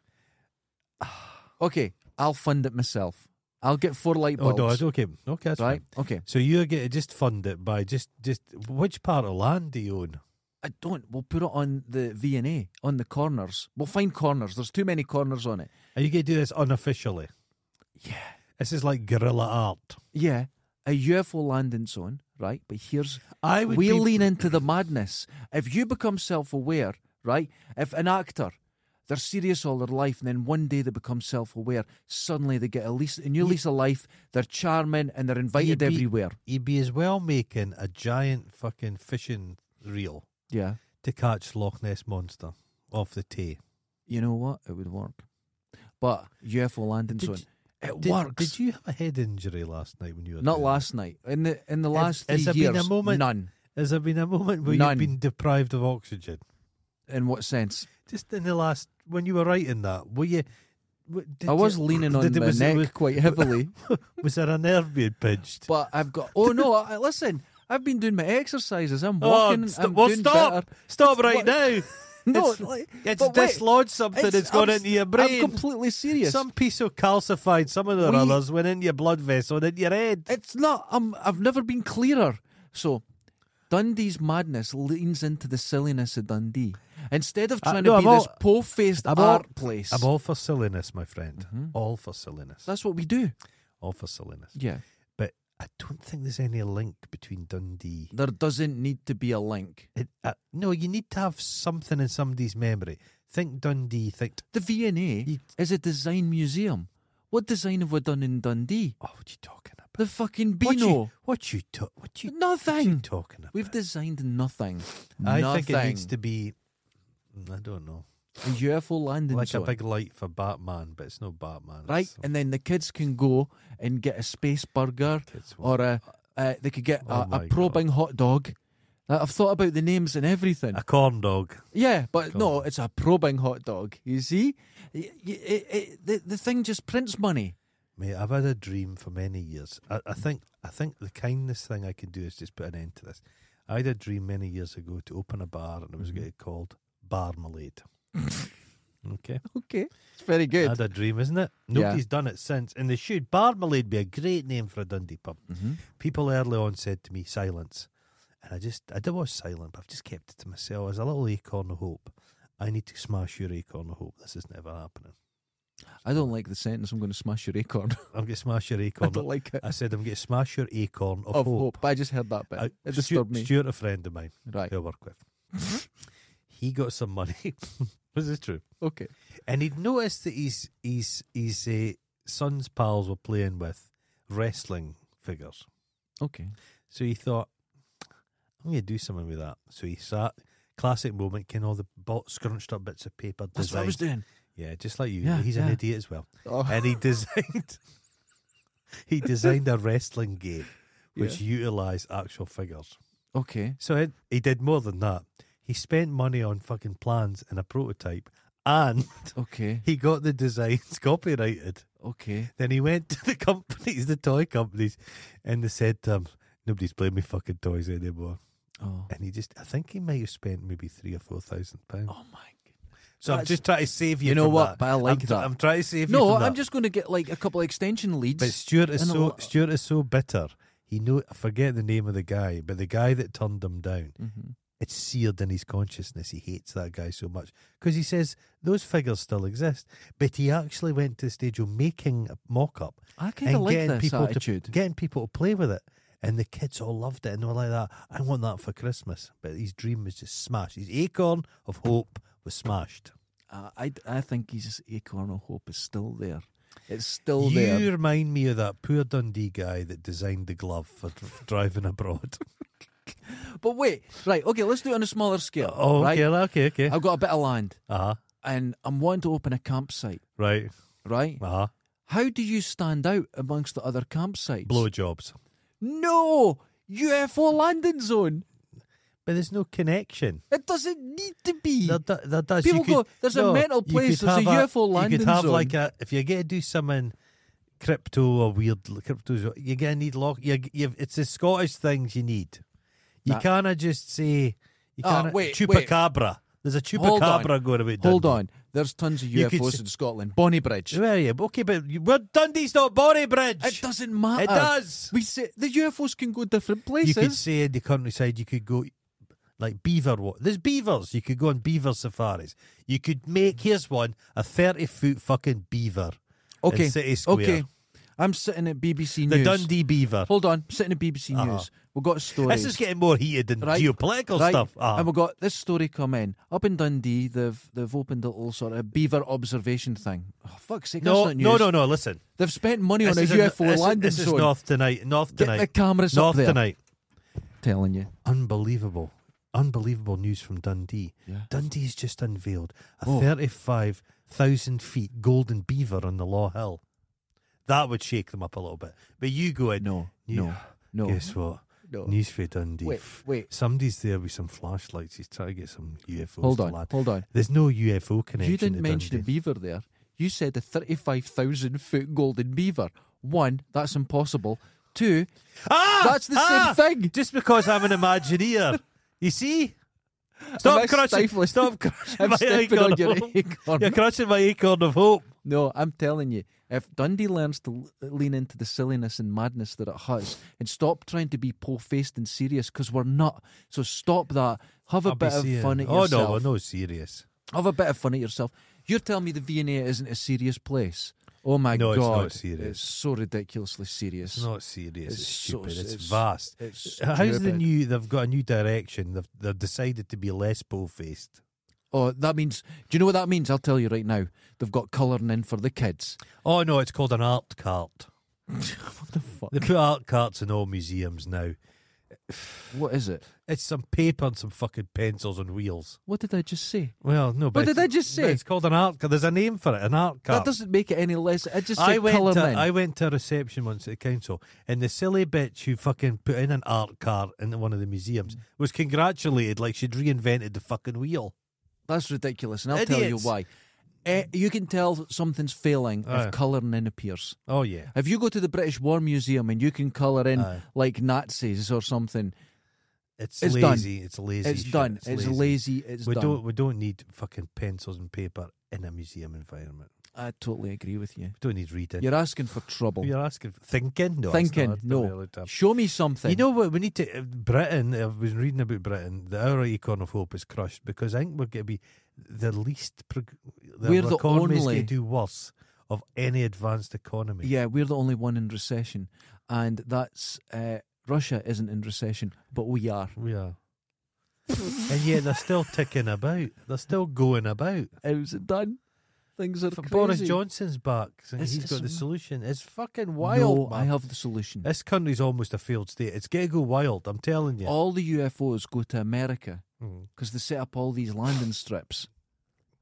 S2: okay. I'll fund it myself. I'll get four light
S1: Oh,
S2: bulbs.
S1: no, it's okay. Okay, that's
S2: right.
S1: fine.
S2: Okay.
S1: So you're going to just fund it by just, just which part of land do you own?
S2: I don't. We'll put it on the V and A on the corners. We'll find corners. There's too many corners on it.
S1: Are you going to do this unofficially?
S2: Yeah.
S1: This is like guerrilla art.
S2: Yeah, a UFO landing zone, right? But here's
S1: I would
S2: we
S1: be-
S2: lean into the madness. If you become self-aware, right? If an actor, they're serious all their life, and then one day they become self-aware, suddenly they get a lease, a new lease of life. They're charming and they're invited
S1: be-
S2: everywhere.
S1: You'd be as well making a giant fucking fishing reel
S2: Yeah,
S1: to catch Loch Ness monster off the Tay.
S2: you know what? It would work. But UFO landing
S1: Did
S2: zone,
S1: you-
S2: it
S1: Did,
S2: works.
S1: Did you have a head injury last night when you were
S2: Not
S1: doing
S2: last night. In the in the last
S1: has
S2: three
S1: there
S2: years,
S1: been a moment-
S2: none.
S1: This? Has there been a moment where
S2: None.
S1: you've been deprived of oxygen?
S2: In what sense?
S1: Just in the last when you were writing that, were you? w- Did
S2: I was
S1: you- *laughs*
S2: leaning on
S1: *coughs* did-
S2: my
S1: was,
S2: neck
S1: Was,
S2: quite heavily.
S1: *laughs* was there a nerve being pinched?
S2: But I've got. Oh no! I, listen, I've been doing my exercises. I'm
S1: Oh,
S2: walking.
S1: st-
S2: I'm
S1: well,
S2: doing
S1: stop!
S2: better.
S1: Stop right
S2: What-
S1: now!
S2: *laughs* No,
S1: it's,
S2: like-
S1: it's
S2: but wait,
S1: dislodged something.
S2: It's-
S1: it's gone
S2: I'm-
S1: into your
S2: I'm
S1: brain.
S2: completely serious.
S1: Some piece of calcified, some of the
S2: We-
S1: others went in your blood vessel and in your head.
S2: It's not. I'm. I've never been clearer. So. Dundee's madness leans into the silliness of Dundee. Instead of
S1: Uh,
S2: trying
S1: no,
S2: to
S1: I'm
S2: be this
S1: all-
S2: po-faced
S1: I'm all-
S2: art place,
S1: I'm all for silliness, my friend.
S2: Mm-hmm.
S1: All for silliness.
S2: that's what we do.
S1: All for silliness.
S2: Yeah,
S1: But I don't think there's any link between Dundee.
S2: there doesn't need to be a link.
S1: It, uh, no, you need to have something in somebody's memory. Think Dundee. Think.
S2: The VNA
S1: You-
S2: is a design museum. What design have we done in Dundee?
S1: Oh, what you talking about?
S2: The fucking
S1: What
S2: Beano.
S1: you, what you, ta- what you, what you
S2: Nothing.
S1: talking about?
S2: We've designed nothing.
S1: I
S2: nothing.
S1: think it needs to be. I don't know,
S2: a UFO landing
S1: like
S2: zone,
S1: a big light for Batman, but it's not Batman.
S2: right?
S1: It's,
S2: And then the kids can go and get a space burger
S1: it's one-
S2: or a. Uh, they could get
S1: Oh
S2: a,
S1: my
S2: a probing hot dog. Uh, I've thought about the names and
S1: *laughs*
S2: everything.
S1: a corn dog.
S2: yeah, but no,
S1: Oh God.
S2: it's a probing hot dog. You see, Y- y- it- it- the the thing just prints money.
S1: Mate, I've had a dream for many years. I, I think I think the kindest thing I could do is just put an end to this. I had a dream many years ago to open a bar and it was
S2: Mm-hmm.
S1: going to be called Barmalade. okay.
S2: Okay, it's very
S1: I
S2: good.
S1: had a dream, isn't it?
S2: Yeah.
S1: Nobody's done it since. And they should. Barmalade be a great name for a Dundee pub. People early on said to me, silence. And I just, I did was silent, but I've just kept it to myself as a little acorn of hope. I need to smash your acorn of hope. This is never happening.
S2: I don't like the sentence. I'm going to smash your acorn. *laughs*
S1: I'm going to smash your
S2: I
S1: acorn.
S2: don't like it.
S1: I said, I'm going to smash your acorn of,
S2: Of
S1: hope.
S2: hope. But I just heard that bit.
S1: Uh,
S2: it
S1: Stu-
S2: disturbed me.
S1: Stuart, a friend of mine
S2: Right. Mm-hmm.
S1: who I work with, he got some money. *laughs* this is true.
S2: Okay.
S1: And he'd noticed that his, his, his uh, son's pals were playing with wrestling figures.
S2: Okay.
S1: So he thought, I'm going to do something with that. So he sat, classic moment, can all the bo- scrunched up bits of paper
S2: That's what
S1: designed.
S2: I was doing.
S1: yeah, just like you.
S2: Yeah,
S1: He's an
S2: yeah.
S1: idiot as well.
S2: Oh,
S1: And he *laughs* designed, he designed a wrestling game which utilised actual figures.
S2: okay.
S1: So he, he did more than that. He spent money on fucking plans and a prototype, and *laughs*
S2: Okay.
S1: he got the designs *laughs* copyrighted.
S2: Okay.
S1: Then he went *laughs* to the companies, the toy companies, and they said to him, "Nobody's playing with fucking toys anymore."
S2: Oh.
S1: And he just, I think he might have spent maybe three or four thousand pounds.
S2: Oh my god.
S1: so I'm
S2: that's-
S1: just trying to save you.
S2: You know
S1: from
S2: what?
S1: that.
S2: But I like
S1: I'm,
S2: that.
S1: I'm trying to save you.
S2: No,
S1: from
S2: I'm
S1: that.
S2: just going to get like a couple of extension leads.
S1: But Stuart is
S2: And a
S1: so
S2: lot-
S1: Stuart is so bitter. He know I forget the name of the guy, but the guy that turned him down,
S2: Mhm.
S1: it's seared in his consciousness. He hates that guy so much because he says those figures still exist, but he actually went to the stage of making a mock-up
S2: I kind of
S1: and
S2: like
S1: getting
S2: this
S1: people
S2: attitude.
S1: to getting people to play with it. And the kids all loved it, and they were like that. I want that for Christmas. But his dream was just smashed. His acorn of hope was smashed.
S2: Uh, I, I think his acorn of hope is still there. It's still
S1: you
S2: there.
S1: remind me of that poor Dundee guy that designed the glove for dr- *laughs* driving
S2: *laughs*
S1: abroad.
S2: But wait, right, okay, let's do it on a smaller scale.
S1: Oh,
S2: right?
S1: okay, okay, okay.
S2: I've got a bit of land
S1: Uh-huh.
S2: and I'm wanting to open a campsite,
S1: Right.
S2: right?
S1: Uh-huh.
S2: How do you stand out amongst the other campsites?
S1: Blowjobs.
S2: No! UFO landing zone!
S1: But there's no connection.
S2: It doesn't need to be.
S1: There, do- there does.
S2: People
S1: you could,
S2: go, "There's a
S1: no,
S2: mental
S1: you
S2: place,
S1: could
S2: there's a
S1: have
S2: UFO
S1: You
S2: landing
S1: could have
S2: zone."
S1: like a, if you're going to do something crypto or weird l- crypto, you're going to need lock. You, you, it's the Scottish things you need. You
S2: Nah.
S1: can't just say, you
S2: Ah,
S1: can't,
S2: wait, wait.
S1: chupacabra. There's a
S2: Hold on.
S1: chupacabra going about
S2: Hold
S1: Dundee.
S2: on. There's tons of
S1: You could
S2: UFOs
S1: s-
S2: in Scotland. Bonnie Bridge.
S1: Where are you? Okay, but you, well, Dundee's not Bonnie Bridge.
S2: It doesn't matter.
S1: It does.
S2: We say the UFOs can go different
S1: You
S2: places.
S1: could say in the countryside, you could go like beaver. wa- There's beavers. You could go on beaver safaris. You could make here's one a thirty foot fucking beaver. in
S2: okay.
S1: City Square.
S2: Okay. I'm sitting at BBC
S1: The
S2: News.
S1: Dundee beaver.
S2: Hold on, sitting at BBC
S1: Uh-huh.
S2: News. We've got a story.
S1: This is getting more heated than
S2: Right.
S1: geopolitical
S2: right?
S1: stuff. Ah,
S2: And we've got this story come in. Up in Dundee, they've they've opened a little sort of beaver observation thing. Oh, fuck's sake,
S1: no,
S2: that's not news.
S1: no, no, no. Listen,
S2: They've spent money on a
S1: is
S2: UFO
S1: this, is-
S2: landing
S1: this
S2: zone.
S1: is north tonight. North
S2: Get the
S1: tonight.
S2: cameras
S1: North
S2: up there.
S1: tonight.
S2: Telling you.
S1: Unbelievable, unbelievable news from Dundee.
S2: Yeah.
S1: Dundee's just unveiled a
S2: Oh.
S1: 35,000 feet golden beaver on the Law Hill. That would shake them up a little bit. But you go in.
S2: No,
S1: you-
S2: no, no.
S1: Guess what?
S2: no.
S1: News for Dundee.
S2: Wait, wait.
S1: Somebody's there with some flashlights. He's trying to get some UFOs
S2: Hold
S1: to
S2: on,
S1: land.
S2: hold on.
S1: There's no UFO connection.
S2: You didn't
S1: to
S2: mention a
S1: Dundee.
S2: beaver there. You said a 35,000 foot golden beaver. One, that's impossible. Two,
S1: Ah,
S2: That's the same
S1: ah,
S2: thing.
S1: Just because I'm an Imagineer, you see. Stop
S2: I
S1: crushing.
S2: stifling-
S1: Stop *laughs* crushing
S2: I'm
S1: my
S2: stepping on
S1: acorn
S2: your
S1: of hope.
S2: acorn.
S1: You're crushing my acorn of hope.
S2: No, I'm telling you, if Dundee learns to l- lean into the silliness and madness that it has and stop trying to be po faced and serious, because we're not. So stop that. Have a
S1: I'll be
S2: bit of
S1: seeing-
S2: fun at
S1: oh
S2: yourself.
S1: no, no, serious.
S2: Have a bit of fun at yourself. You're telling me the VNA isn't a serious place. Oh my
S1: No,
S2: god.
S1: it's not serious.
S2: It's so ridiculously serious.
S1: It's not serious. It's,
S2: It's so
S1: stupid.
S2: s-
S1: it's,
S2: it's-
S1: vast.
S2: it's
S1: How's the
S2: stupid.
S1: new? They've got a new direction. They've they've decided to be less bow faced.
S2: Oh, that means do you know what that means? I'll tell you right now. They've got colouring in for the kids.
S1: Oh no, it's called an art cart.
S2: What the fuck?
S1: They put art carts in all museums now.
S2: What is it?
S1: It's some paper and some fucking pencils on wheels.
S2: What did I just say?
S1: Well, no, but
S2: What did
S1: it's-
S2: I just
S1: but
S2: say?
S1: It's called an art cart. There's a name for it. An art cart.
S2: That doesn't make it any less. I just
S1: I
S2: said
S1: went,
S2: colouring
S1: to,
S2: in.
S1: I went to a reception once at the council, and the silly bitch who fucking put in an art cart in one of the museums
S2: Mm.
S1: was congratulated like she'd reinvented the fucking wheel.
S2: That's ridiculous, and I'll tell you
S1: Idiots.
S2: why. Eh, you can tell something's failing
S1: Aye.
S2: if colouring in appears.
S1: Oh, yeah.
S2: If you go to the British War Museum and you can colour in
S1: Aye.
S2: like Nazis or something,
S1: It's,
S2: It's done.
S1: lazy. It's lazy.
S2: it's
S1: shit.
S2: done. It's, lazy. It's
S1: we
S2: done.
S1: don't. We don't need fucking pencils and paper in a museum environment.
S2: I totally agree with you.
S1: We don't need reading.
S2: You're asking for trouble.
S1: You're asking for thinking. No, that's
S2: Thinking,
S1: not- that's not
S2: no.
S1: really tough.
S2: Show me something.
S1: You know what? We need to uh, Britain. I've been reading about Britain. The our acorn of hope is crushed because I think we're going to be the least. Prog- the
S2: We're the
S1: economy's
S2: only-
S1: going to do worse of any advanced economy.
S2: Yeah, we're the only one in recession, and that's uh, Russia isn't in recession, but we are.
S1: We are. and yet they're still ticking about. They're still going about.
S2: How's it done? Things are crazy.
S1: Boris Johnson's back. And
S2: It's-
S1: he's got
S2: it's
S1: the
S2: m-
S1: solution. It's fucking wild,
S2: No,
S1: man.
S2: I have the solution.
S1: This country's almost a failed state. It's going to go wild, I'm telling you.
S2: All the UFOs go to America
S1: Mm.
S2: because they set up all these landing strips,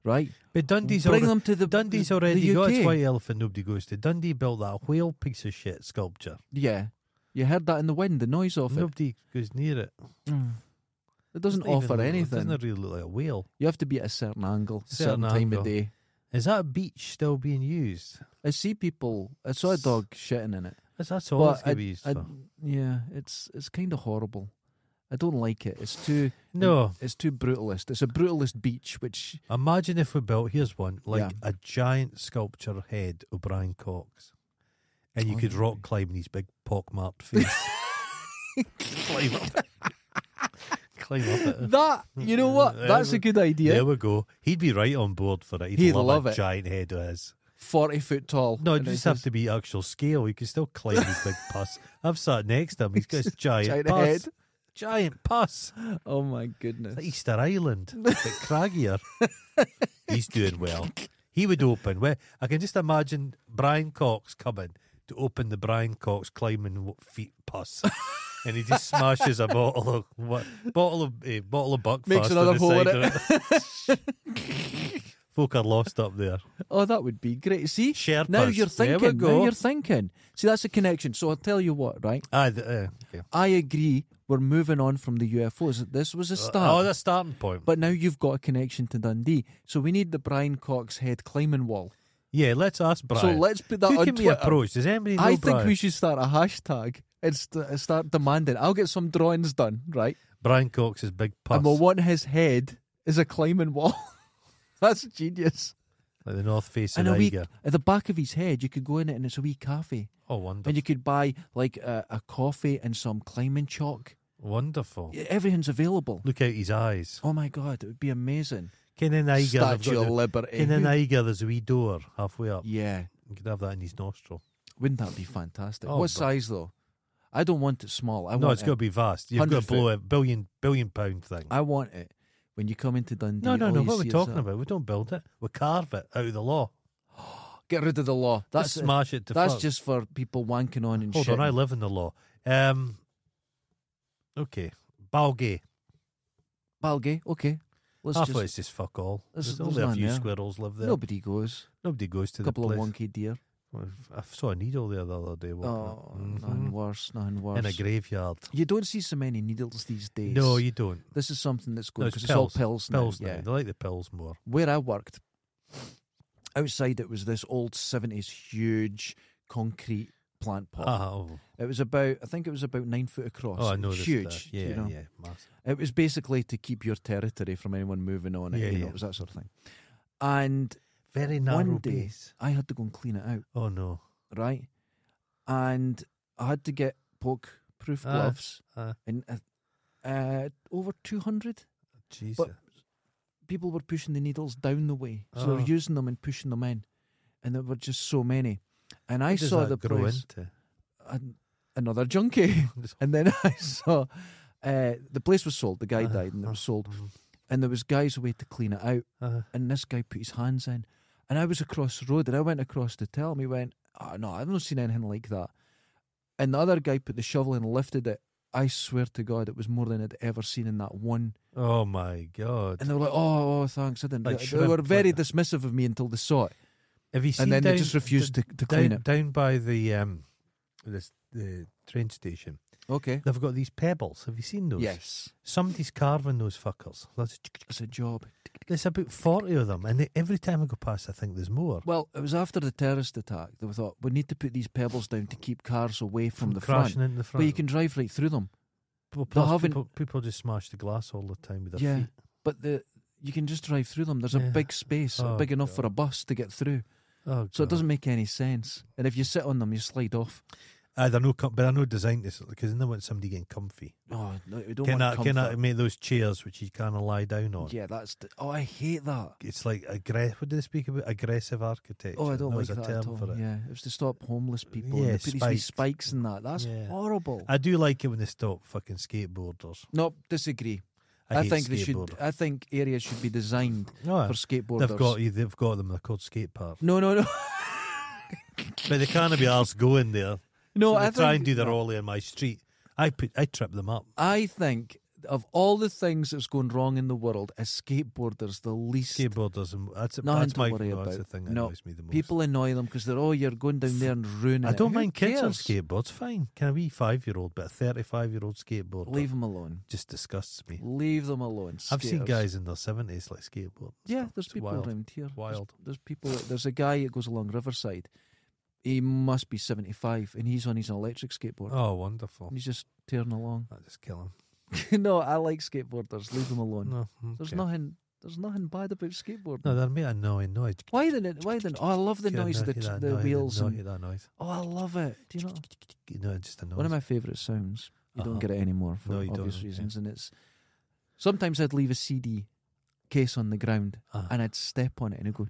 S2: right?
S1: But Dundee's
S2: Bring
S1: already,
S2: them to the
S1: Dundee's
S2: the-
S1: already
S2: the
S1: got
S2: UK.
S1: its white elephant nobody goes to. Dundee built that whale piece of shit sculpture.
S2: Yeah, you heard that in the wind, the noise of it.
S1: Nobody goes near it.
S2: It doesn't
S1: Mm. even
S2: offer
S1: look-
S2: anything.
S1: It doesn't really look like a whale.
S2: You have to be at a certain angle, a certain,
S1: Certain
S2: time
S1: angle.
S2: of day.
S1: Is that beach still being used?
S2: I see people. I saw a
S1: S-
S2: dog shitting in it.
S1: That's, that's all it's
S2: I,
S1: going to be used
S2: I-
S1: for.
S2: yeah, it's it's kind of horrible. I don't like it. It's too
S1: No,
S2: it's too brutalist. It's a brutalist
S1: *laughs*
S2: beach, which
S1: imagine if we built, here's one, like
S2: Yeah.
S1: a giant sculpture head of Brian Cox. And you
S2: Oh,
S1: could
S2: yeah.
S1: rock climb in his big pockmarked
S2: *laughs*
S1: face. climb up it. climb up it.
S2: *laughs* that you know what
S1: *laughs* Yeah,
S2: that's a good idea.
S1: There we go. He'd be right on board for it. He'd,
S2: He'd
S1: love,
S2: love
S1: a
S2: it.
S1: giant head of his.
S2: Forty foot tall.
S1: No, it
S2: and it
S1: just have
S2: says
S1: to be actual scale. You can still climb his big
S2: *laughs*
S1: puss. I've sat next to him. He's got his giant,
S2: giant
S1: puss.
S2: head.
S1: Giant puss.
S2: *laughs* Oh my goodness.
S1: It's like Easter Island,
S2: *laughs*
S1: but craggier. He's doing well. He would open. Well, I can just imagine Brian Cox coming to open the Brian Cox climbing w- feet
S2: *laughs*
S1: puss. And he just smashes a bottle of what bottle of eh, bottle of buckfast
S2: Makes
S1: on
S2: another
S1: the
S2: hole
S1: side
S2: in
S1: of it. *laughs* Folk are lost up there.
S2: Oh, that would be great. See,
S1: Sherpas.
S2: now you're
S1: There we
S2: thinking.
S1: go.
S2: Now you're thinking. See, that's a connection. So I'll tell you what, right?
S1: Ah, th- eh, okay.
S2: I agree. We're moving on from the UFOs. This was a start.
S1: Oh, the starting point.
S2: But now you've got a connection to Dundee, so we need the Brian Cox head climbing wall.
S1: yeah, let's ask Brian.
S2: So let's put that
S1: Who
S2: on
S1: can we
S2: Twitter.
S1: approach? Does anybody know
S2: I think
S1: Brian?
S2: we should start a hashtag and st- start demanding. I'll get some drawings done, right?
S1: Brian Cox's big puss,
S2: And we'll want his head as a climbing wall. *laughs* That's genius.
S1: like the North Face of
S2: and a wee,
S1: Niger.
S2: at the back of his head, you could go in it and it's a wee cafe.
S1: Oh, wonderful!
S2: And you could buy like a, a coffee and some climbing chalk. E,
S1: Wonderful.
S2: Everything's available.
S1: Look out his eyes.
S2: Oh my God, it would be amazing.
S1: Ken and Niger. they've
S2: Statue
S1: got
S2: of
S1: the-
S2: Liberty.
S1: Ken and Niger, there's a wee door halfway up.
S2: yeah.
S1: You could have that in his nostril.
S2: Wouldn't that be fantastic?
S1: Oh,
S2: what
S1: but-
S2: size though? I don't want it small. I
S1: no,
S2: want
S1: it's
S2: it.
S1: got to be vast. You've got to
S2: 100
S1: blow a billion billion pound thing.
S2: I want it when you come into Dundee.
S1: no, no,
S2: all
S1: no.
S2: you
S1: What are we
S2: see is uh,
S1: talking
S2: that.
S1: about? We don't build it. We carve it out of the law.
S2: Get rid of the law.
S1: Let's
S2: That's
S1: smash it to
S2: that's
S1: fuck.
S2: just for people wanking on and
S1: Hold
S2: shit.
S1: on, I live in the law. Um, okay, Balgay.
S2: Balgay, okay. Let's
S1: Halfway
S2: just
S1: it's just fuck all.
S2: There's-
S1: There's,
S2: there's
S1: only a
S2: none
S1: few
S2: there.
S1: squirrels live there.
S2: nobody goes.
S1: Nobody goes to
S2: A
S1: the
S2: couple of
S1: place.
S2: wonky deer.
S1: I saw a needle there the other day. walking
S2: Oh,
S1: up.
S2: nothing
S1: Mhm.
S2: worse, nothing worse.
S1: in a graveyard.
S2: you don't see so many needles these days.
S1: No, you don't.
S2: this is something that's good
S1: it's
S2: because it's, all
S1: pills.
S2: pills now.
S1: Pills now.
S2: yeah.
S1: They like the pills more.
S2: where I worked, outside it was this old seventies huge concrete plant pot.
S1: Ah, oh,
S2: It was about, I think it was about nine foot across.
S1: oh, I
S2: It
S1: know
S2: was
S1: this.
S2: huge.
S1: that. Yeah,
S2: you know?
S1: yeah, massive.
S2: It was basically to keep your territory from anyone moving on. it,
S1: Yeah,
S2: you
S1: yeah.
S2: know, it was that sort of thing. And
S1: Very narrow
S2: day-
S1: piece.
S2: I had to go and clean it out,
S1: Oh no.
S2: right? And I had to get poke proof
S1: Ah,
S2: gloves,
S1: ah.
S2: and uh, uh, over two hundred
S1: Jesus.
S2: people were pushing the needles down the way, so they
S1: Oh.
S2: were using them and pushing them in, and there were just so many. And I
S1: What does
S2: saw
S1: that
S2: the
S1: grow
S2: place
S1: into? *laughs*
S2: an- another junkie. *laughs* And then I saw uh, the place was sold. The guy
S1: Uh-huh,
S2: died, and it was sold.
S1: mhm.
S2: And there was guys away to clean it out.
S1: Uh,
S2: And this guy put his hands in, and I was across the road, and I went across to tell him. He went, "Oh no, I've not seen anything like that." And the other guy put the shovel in and lifted it. I swear to God, it was more than I'd ever seen in that one.
S1: oh my God!
S2: And they were like, "Oh, oh thanks." I didn't.
S1: Like
S2: they
S1: shrimp,
S2: were very
S1: like-
S2: dismissive of me until they saw it,
S1: Have you seen?
S2: and then
S1: down,
S2: they just refused to, to
S1: down,
S2: clean it.
S1: down by the um, this the train station.
S2: Okay.
S1: They've got these pebbles. Have you seen those?
S2: Yes,
S1: Somebody's carving those fuckers. That's,
S2: it's a job.
S1: there's about 40 of them, and they, every time I go past, I think there's more.
S2: Well, it was after the terrorist attack that we thought we need to put these pebbles down to keep cars away from, the front.
S1: crashing into the front.
S2: But you can drive right through them.
S1: Well, plus
S2: haven't-
S1: people, people just smash the glass all the time with their
S2: yeah,
S1: feet.
S2: but the you can just drive through them. There's
S1: Yeah.
S2: a big space,
S1: Oh,
S2: big enough
S1: God.
S2: for a bus to get through.
S1: Oh,
S2: So it
S1: God.
S2: doesn't make any sense. And if you sit on them, you slide off.
S1: Aye, they're no, com- but I know designed this because I don't want somebody getting comfy.
S2: Oh no, we don't
S1: Can I,
S2: want
S1: can I
S2: comfort.
S1: make those chairs which you kind of lie down on?
S2: Yeah, that's. The, oh, I hate that.
S1: It's like aggressive. What do they speak about? Aggressive architecture.
S2: Oh, I
S1: There
S2: don't like
S1: was
S2: that
S1: a term
S2: at all.
S1: for it.
S2: Yeah, it was to stop homeless people.
S1: Yeah,
S2: and they put these wee
S1: spikes.
S2: spikes in that. That's
S1: Yeah.
S2: horrible.
S1: I do like it when they stop fucking skateboarders.
S2: no, disagree.
S1: I,
S2: I,
S1: hate
S2: think they should.
S1: skateboarders.
S2: I think areas should be designed
S1: *laughs* No,
S2: for skateboarders.
S1: they've got you- they've got them. They're called skate parks, *laughs*
S2: no, no, no,
S1: but they can't be arsed going there.
S2: no.
S1: So they
S2: I
S1: try
S2: think,
S1: and do their
S2: no.
S1: ollie in my street. I put I trip them up.
S2: I think of all the things that's going wrong in the world, a skateboarder's the least.
S1: Skateboarders and that's
S2: Nothing
S1: that's
S2: to
S1: my
S2: worry
S1: no, that's the
S2: about.
S1: thing that
S2: No,
S1: annoys me the most.
S2: People annoy them because they're oh, you're going down there and ruining.
S1: I
S2: it."
S1: don't
S2: Who
S1: mind kids on
S2: cares?
S1: skateboards. Fine, can a wee five year old, but a thirty five year old skateboarder
S2: Leave them alone.
S1: just disgusts me.
S2: Leave them alone.
S1: I've seen
S2: skaters.
S1: guys in their seventies like skateboard.
S2: Yeah, there's people
S1: wild.
S2: around here. There's-
S1: Wild.
S2: There's, people. that- There's a guy that goes along Riverside. He must be 75, and he's on his electric skateboard.
S1: Oh, wonderful!
S2: And he's just tearing along.
S1: *laughs*
S2: *laughs*
S1: I just kill him.
S2: no, I like skateboarders. Leave them alone.
S1: No,
S2: There's
S1: okay.
S2: nothing. There's nothing bad about skateboarding.
S1: No, they're making a annoying noise.
S2: Why then? it- Why then? Oh, I love the
S1: Can I
S2: noise of the,
S1: hear that
S2: the
S1: noise?
S2: wheels.
S1: No,
S2: And,
S1: hear that noise.
S2: oh, I love it. Do you know?
S1: You know, just a noise.
S2: One of my favourite sounds. You
S1: Uh-huh.
S2: don't get it anymore for
S1: No, you don't,
S2: obvious
S1: yeah.
S2: reasons, and it's sometimes I'd leave a CD case on the ground
S1: Uh-huh.
S2: and I'd step on it and it'd go,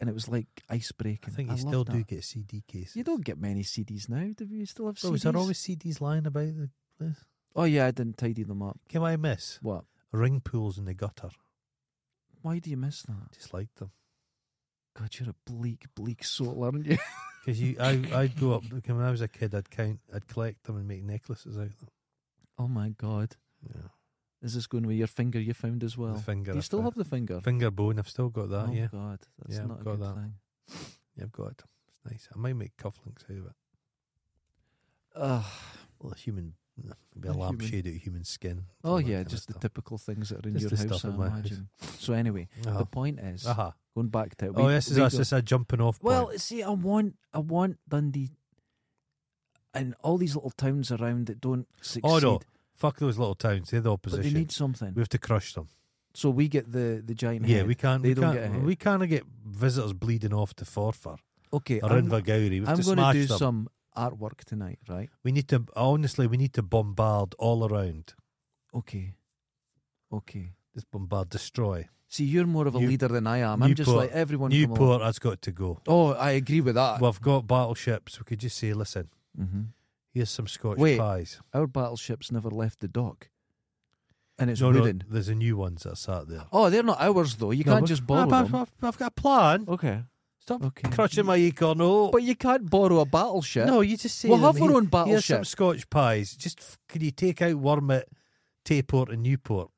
S2: and it was like ice
S1: I
S2: breaking.
S1: think you
S2: love
S1: still do
S2: that.
S1: get CD cases.
S2: You don't get many CDs now. Do you still have
S1: But
S2: CDs?
S1: was there always CDs lying about the place?
S2: Oh yeah, I didn't tidy them up.
S1: Can I miss
S2: What?
S1: ring pools in the gutter?
S2: Why do you miss that?
S1: Just like them.
S2: God, you're a bleak, bleak soul, aren't you? *laughs*
S1: Because you, I, I'd go up when I was a kid. I'd count, I'd collect them and make necklaces out of them.
S2: oh my God,
S1: Yeah,
S2: is this going with your finger you found as well?
S1: the finger.
S2: do you
S1: I
S2: still
S1: found.
S2: have the finger?
S1: finger bone? I've still got that.
S2: oh
S1: yeah,
S2: God, that's
S1: Yeah, I've
S2: not a
S1: got
S2: good
S1: that.
S2: thing.
S1: yeah, I've got it. It's nice. I might make cufflinks out of it.
S2: Ugh.
S1: Well, a human, maybe
S2: A
S1: a
S2: human-
S1: lampshade out of human skin.
S2: Oh
S1: all that
S2: yeah,
S1: kind of
S2: just the
S1: stuff.
S2: typical things that are in
S1: Just
S2: your
S1: the
S2: house, Ah.
S1: stuff
S2: I
S1: in my house.
S2: imagine. So anyway,
S1: Uh-huh.
S2: the point is
S1: Uh-huh.
S2: going back to it.
S1: Oh, this is us.
S2: go-
S1: This is a jumping off.
S2: Well,
S1: point.
S2: see, I want, I want Dundee, and all these little towns around that don't succeed,
S1: oh no, fuck those little towns. They're the
S2: but
S1: opposition.
S2: they need something.
S1: we have to crush them.
S2: So we get the the giant.
S1: Yeah,
S2: head.
S1: we can't.
S2: They
S1: we
S2: don't
S1: can't.
S2: get ahead.
S1: we can't get visitors bleeding off to Forfar
S2: Okay,
S1: or
S2: I'm,
S1: Invergowrie. We have
S2: I'm
S1: to
S2: going
S1: smash
S2: do
S1: them.
S2: some artwork tonight, right?
S1: We need to honestly. We need to bombard all around.
S2: Okay, okay.
S1: Just bombard, destroy
S2: See, you're more of a
S1: New-
S2: leader than I am. I'm just
S1: Newport-
S2: like everyone. come along.
S1: Newport. That's got to go.
S2: Oh, I agree with that.
S1: We've got battleships. We could just say, listen,
S2: hmm
S1: here's some Scotch
S2: Wait.
S1: pies.
S2: Our battleships never left the dock, and it's
S1: no, no,
S2: wooden.
S1: there's a new ones that sat there.
S2: Oh, they're not ours though. You
S1: No,
S2: can't
S1: but-
S2: just
S1: Ah,
S2: borrow
S1: but
S2: them.
S1: I've, I've got a plan.
S2: Okay.
S1: Stop
S2: Okay.
S1: crushing my acorn. Oh.
S2: But you can't borrow a battleship.
S1: No, you just say
S2: We'll
S1: to them,
S2: have our
S1: "Here-
S2: own
S1: Here's some
S2: battleship."
S1: Scotch pies. Just f- can you take out Wormit, Tayport, and Newport?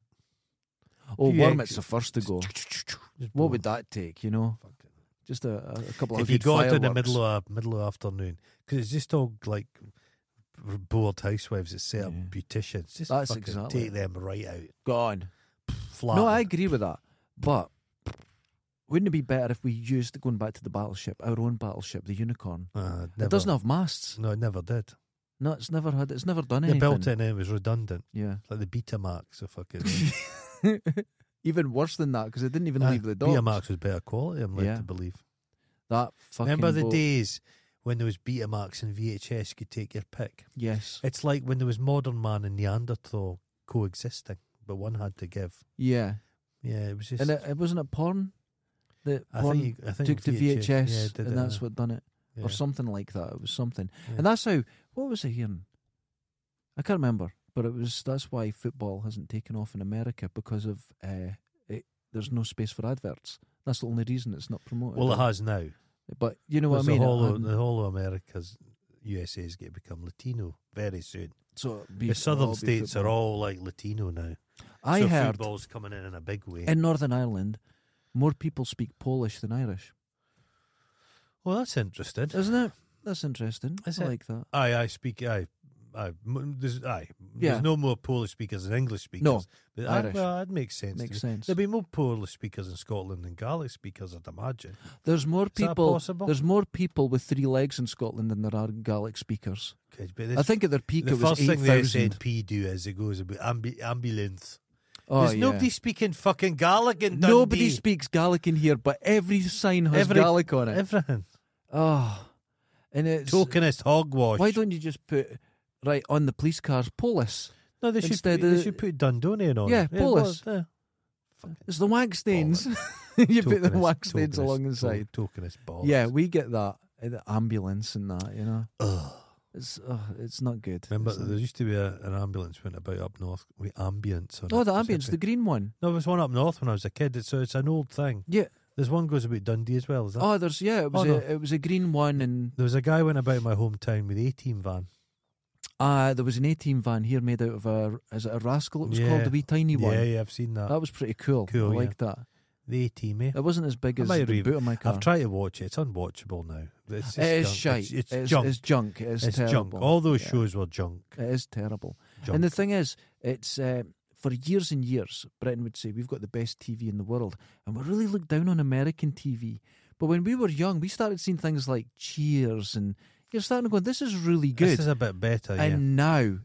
S2: oh,
S1: few
S2: Wormit's
S1: eggs.
S2: the first to go.
S1: Just blow
S2: What would that take? You know,
S1: Fuck it.
S2: just a, a a couple of
S1: if you
S2: good
S1: got it in the
S2: fireworks.
S1: middle of middle of afternoon, because it's just all like bored housewives that set up
S2: Yeah.
S1: beauticians. Just
S2: That's
S1: fucking
S2: exactly
S1: take them right out,
S2: gone.
S1: flat.
S2: No, I agree with that. But wouldn't it be better if we used going back to the battleship, our own battleship, the Unicorn?
S1: Uh,
S2: It doesn't have masts.
S1: No, it never did.
S2: No, it's never had. It's never done
S1: They
S2: anything.
S1: built it and it was redundant,
S2: Yeah.
S1: It's like the Betamax. If I
S2: *laughs*
S1: could,
S2: even worse than that because it didn't even
S1: Ah, *laughs*
S2: leave the dock.
S1: Betamax was better quality. I'm led
S2: Yeah.
S1: to believe.
S2: That fucking.
S1: Remember the
S2: boat.
S1: days when there was Betamax and VHS could take your pick.
S2: Yes.
S1: It's like when there was modern man and Neanderthal coexisting, but one had to give.
S2: Yeah.
S1: Yeah, it was just.
S2: And it, it wasn't a porn. That
S1: I
S2: porn
S1: think you, I think
S2: took to VHS,
S1: yeah, did
S2: and
S1: it,
S2: that's
S1: yeah,
S2: what done it,
S1: yeah.
S2: or something like that. It was something,
S1: Yeah.
S2: and that's how. What was I hearing? I can't remember, but it was that's why football hasn't taken off in America because of uh, it, there's no space for adverts. That's the only reason it's not promoted.
S1: Well, it
S2: but,
S1: has now.
S2: but you know what I
S1: Because
S2: mean.
S1: The whole, of,
S2: and
S1: the whole of America's USA is going to become Latino very soon.
S2: so it'd be-
S1: The southern
S2: it'll be
S1: states are
S2: football.
S1: all like Latino now.
S2: I
S1: so
S2: heard
S1: football's coming in in a big way.
S2: in Northern Ireland, more people speak Polish than Irish,
S1: well, that's interesting.
S2: isn't it? That's interesting.
S1: Is
S2: I
S1: it?
S2: like that.
S1: Aye, I speak. Aye, aye. m- There's, aye.
S2: Yeah.
S1: There's no more Polish speakers than English speakers.
S2: No,
S1: but aye,
S2: Irish.
S1: well, that makes sense. to
S2: Makes
S1: me.
S2: sense.
S1: There'd be more Polish speakers in Scotland than Gaelic speakers, I'd imagine.
S2: There's more
S1: that
S2: people.
S1: possible?
S2: There's more people with three legs in Scotland than there are Gaelic speakers.
S1: 'Cause- but this-
S2: I think at their peak
S1: the
S2: it was
S1: first
S2: eight
S1: thing the
S2: thousand.
S1: SNP do is it goes about ambu- ambulance.
S2: Oh,
S1: There's
S2: yeah.
S1: nobody speaking fucking Gaelic in Dundee. *laughs*
S2: Nobody speaks Gaelic in here, but every sign has
S1: Every-
S2: Gaelic on it.
S1: Everything.
S2: oh, And it's
S1: Tokenist hogwash.
S2: why don't you just put right on the police cars police?
S1: no, they should,
S2: instead
S1: put, they
S2: of-
S1: should put Dundonian on
S2: Yeah,
S1: it.
S2: Polis.
S1: well, yeah.
S2: It's the wag stains. *laughs* you put the
S1: Tokenist-
S2: wag stains
S1: tokenist-
S2: along the
S1: to-
S2: side.
S1: Tokenist balls.
S2: Yeah, we get that. uh, The ambulance and that, you know,
S1: Ugh.
S2: it's uh, it's not good.
S1: Remember,
S2: It's not-
S1: there used to be a, an ambulance went about up north with ambience on it.
S2: oh, the
S1: It was
S2: ambulance,
S1: epic.
S2: the green one.
S1: No, there was one up north when I was a kid. It's, so it's an old thing.
S2: Yeah.
S1: There's one goes about Dundee as well. Is that?
S2: Oh, there's yeah. It was
S1: Oh,
S2: a, it was a green one, and
S1: There was a guy went about in my hometown with a team van.
S2: uh there was an 18 van here made out of a is it a rascal? It was
S1: Yeah.
S2: called the wee tiny one.
S1: Yeah, yeah, I've seen that.
S2: That was pretty cool.
S1: Cool,
S2: I
S1: yeah.
S2: like that.
S1: the A team, eh?
S2: It wasn't as big
S1: I
S2: as
S1: might
S2: the
S1: read-
S2: boot of my car.
S1: I've tried to watch it. It's unwatchable now. It's, it's
S2: it is
S1: junk.
S2: shite.
S1: It's, it's junk.
S2: It's junk. It is
S1: It's
S2: terrible.
S1: junk. All those
S2: Yeah.
S1: shows were junk.
S2: It is terrible.
S1: junk.
S2: And the thing is, it's uh, for years and years, Britain would say we've got the best TV in the world, and we really look down on American TV. But when we were young, we started seeing things like Cheers, and you're starting to go, "This is really good."
S1: This is a bit better, yeah.
S2: and now,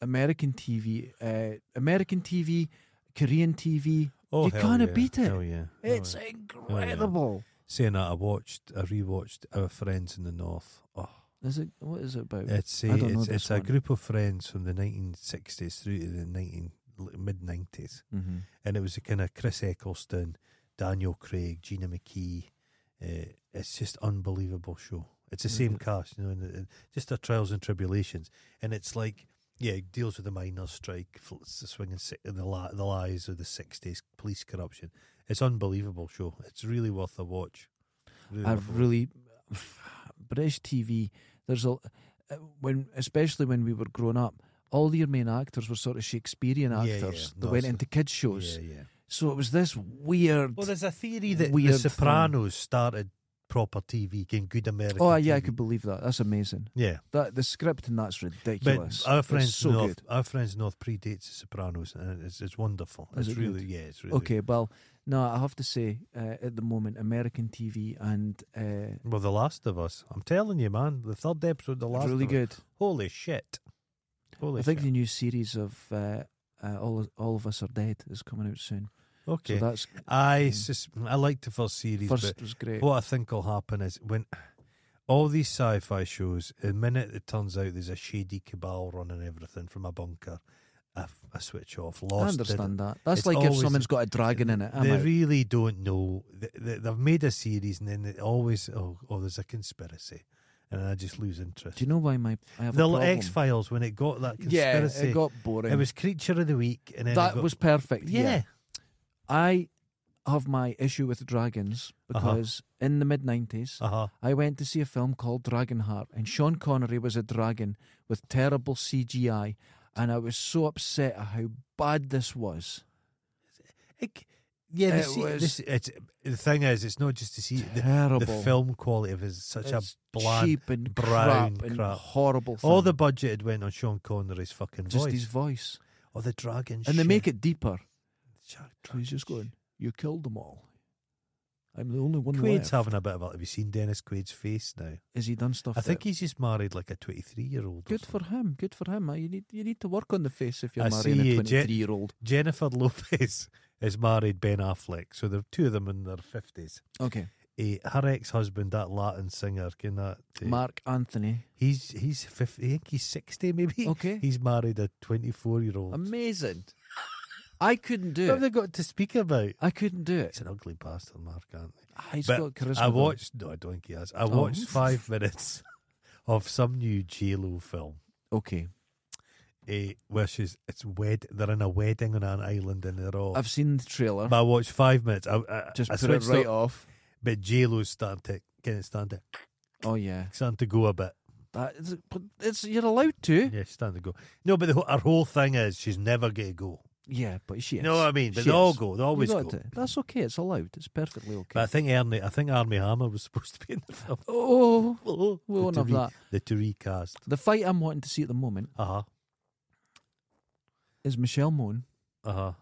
S2: American TV, uh, American TV, Korean TV,
S1: oh,
S2: you
S1: hell
S2: kinda
S1: yeah.
S2: beat it.
S1: Hell yeah. Hell
S2: it's
S1: Oh, yeah.
S2: incredible.
S1: Saying that, I watched, I rewatched Our Friends in the North. Oh,
S2: Is it? What is it about?
S1: it's a,
S2: I don't know
S1: it's,
S2: this
S1: it's a
S2: one.
S1: group of friends from the 1960s through to the 19, mid 90s.
S2: mm-hmm.
S1: and it was a kind of Chris Eccleston, Daniel Craig, Gina McKee. Uh, it's just unbelievable show. It's the
S2: Is
S1: same
S2: it?
S1: cast, you know, and, and just their trials and tribulations, and it's like. Yeah, it deals with the miners' strike, fl- s- swinging si- the li- the lies of the sixties, police corruption. It's unbelievable show. It's really worth a watch. Really
S2: I
S1: worth a watch.
S2: really *sighs* British TV. There's a uh, when, especially when we were growing up, all your main actors were sort of Shakespearean
S1: Yeah, yeah,
S2: actors that
S1: no,
S2: went
S1: so-
S2: into kids shows.
S1: yeah, yeah.
S2: So it was Mm, this weird.
S1: Well, there's a theory that
S2: Weird
S1: The
S2: thing.
S1: Sopranos started proper TV, getting good American.
S2: oh yeah, I
S1: TV.
S2: could believe that. That's amazing.
S1: Yeah,
S2: That the script and that's ridiculous.
S1: But our
S2: It's
S1: friends
S2: so
S1: north,
S2: good.
S1: our friends north predates The Sopranos, and it's it's wonderful.
S2: Is
S1: it's
S2: it
S1: really
S2: good?
S1: yeah, it's really
S2: Okay, well, no, I have to say uh, at the moment, American TV and uh,
S1: Well, The Last of Us, I'm telling you, man, the third episode, of The Last,
S2: really
S1: of Us.
S2: good.
S1: Holy shit! Holy
S2: I think the
S1: shit!
S2: new series of uh, uh, all all of us are dead is coming out soon.
S1: okay,
S2: So that's
S1: I
S2: um,
S1: sus- I like the first series,
S2: first
S1: but
S2: was great.
S1: what I think will happen is when all these sci-fi shows, the minute it turns out there's a shady cabal running everything from a bunker, I, f- I switch off. Lost.
S2: I
S1: did it.
S2: understand that. That's
S1: It's
S2: like if
S1: always-
S2: someone's got a dragon in it. I'm
S1: they
S2: out.
S1: really don't know. They, they, they've made a series and then they always, oh, oh, there's a conspiracy. And I just lose interest.
S2: Do you know why my I have a
S1: the
S2: problem?
S1: X Files, when it got that
S2: yeah,
S1: conspiracy,
S2: it
S1: it,
S2: got boring.
S1: was Creature of the Week. and then it
S2: that
S1: got-
S2: was perfect. Yeah.
S1: Yeah.
S2: I have my issue with dragons
S1: Uh-huh.
S2: because in the mid nineties,
S1: Uh huh.
S2: I went to see a film called Dragonheart, and Sean Connery was a dragon with terrible CGI, and I was so upset at how bad this was.
S1: Yeah, the,
S2: It
S1: se-
S2: was
S1: this- it's, the thing is, it's not just to see the,
S2: terrible.
S1: the film quality of it is such
S2: It's
S1: a bland.
S2: cheap and
S1: brown
S2: crap and
S1: crap.
S2: horrible. Thing.
S1: All the budget had went on Sean Connery's fucking
S2: just
S1: voice.
S2: his voice.
S1: oh, the dragon.
S2: And they
S1: shit.
S2: make it deeper.
S1: Jack
S2: So he's just
S1: dragon
S2: going, You killed them all. I'm the only one
S1: shit.
S2: left.
S1: Quaid's having a bit of a. Have you seen Dennis Quaid's face now?
S2: Has he done stuff?
S1: I think
S2: that-
S1: he's just married like a 23 year old.
S2: Good for him. Good for him. Uh, You need you need to work on the face if you're
S1: I
S2: marrying
S1: see
S2: a
S1: you,
S2: twenty
S1: Jet.
S2: three year old.
S1: Jennifer *laughs* Lopez is married Ben Affleck, so the two of them in their 50s.
S2: Okay.
S1: Eh, her ex husband, that Latin singer, can that. eh,
S2: Mark Anthony.
S1: he's he's 50, I think he's 60 maybe.
S2: Okay.
S1: He's married a 24 year old. What
S2: Amazing. *laughs* I couldn't do
S1: have
S2: it.
S1: they got to speak about?
S2: I couldn't do
S1: It's
S2: it.
S1: an ugly bastard, Mark, aren't they?
S2: Ah, He's
S1: But
S2: got charisma.
S1: I
S2: though.
S1: watched, no, I don't think he has. I
S2: Oh.
S1: watched five *laughs* minutes of some new JLo film.
S2: Okay.
S1: eh, where she's it's wed they're in a wedding on an island and they're all
S2: I've seen the trailer.
S1: But I watched five minutes. I, I
S2: Just
S1: I
S2: put it
S1: switched
S2: right
S1: up,
S2: off.
S1: But J Lo's starting to kind of starting to
S2: Oh yeah.
S1: starting to go a bit.
S2: That is, but it's you're allowed to.
S1: Yeah, she's starting to go. No, but the, whole- her whole thing is she's never going to go.
S2: Yeah, but she
S1: You
S2: is.
S1: know what I mean? But
S2: She
S1: they all
S2: is.
S1: go. They
S2: You
S1: always go.
S2: got to. That's okay. It's allowed. It's perfectly okay.
S1: But I think Ernie, I think Army Hammer was *laughs* supposed to be in the film.
S2: Oh,
S1: Oh,
S2: we won't
S1: to
S2: have
S1: re-
S2: that.
S1: The to recast.
S2: The fight I'm wanting to see at the moment
S1: Uh huh.
S2: is Michelle Moan
S1: Uh huh.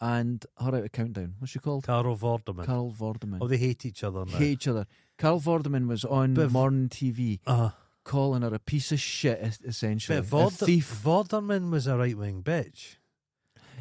S2: and her out of Countdown. What's she called?
S1: Carol Vorderman.
S2: Carl Vorderman.
S1: oh, they hate each other now.
S2: hate each other. Carl Vorderman was on
S1: But-
S2: morning TV
S1: Uh,
S2: calling her a piece of shit, es- essentially.
S1: but
S2: A
S1: Vorder-
S2: thief.
S1: Vorderman was a right wing bitch.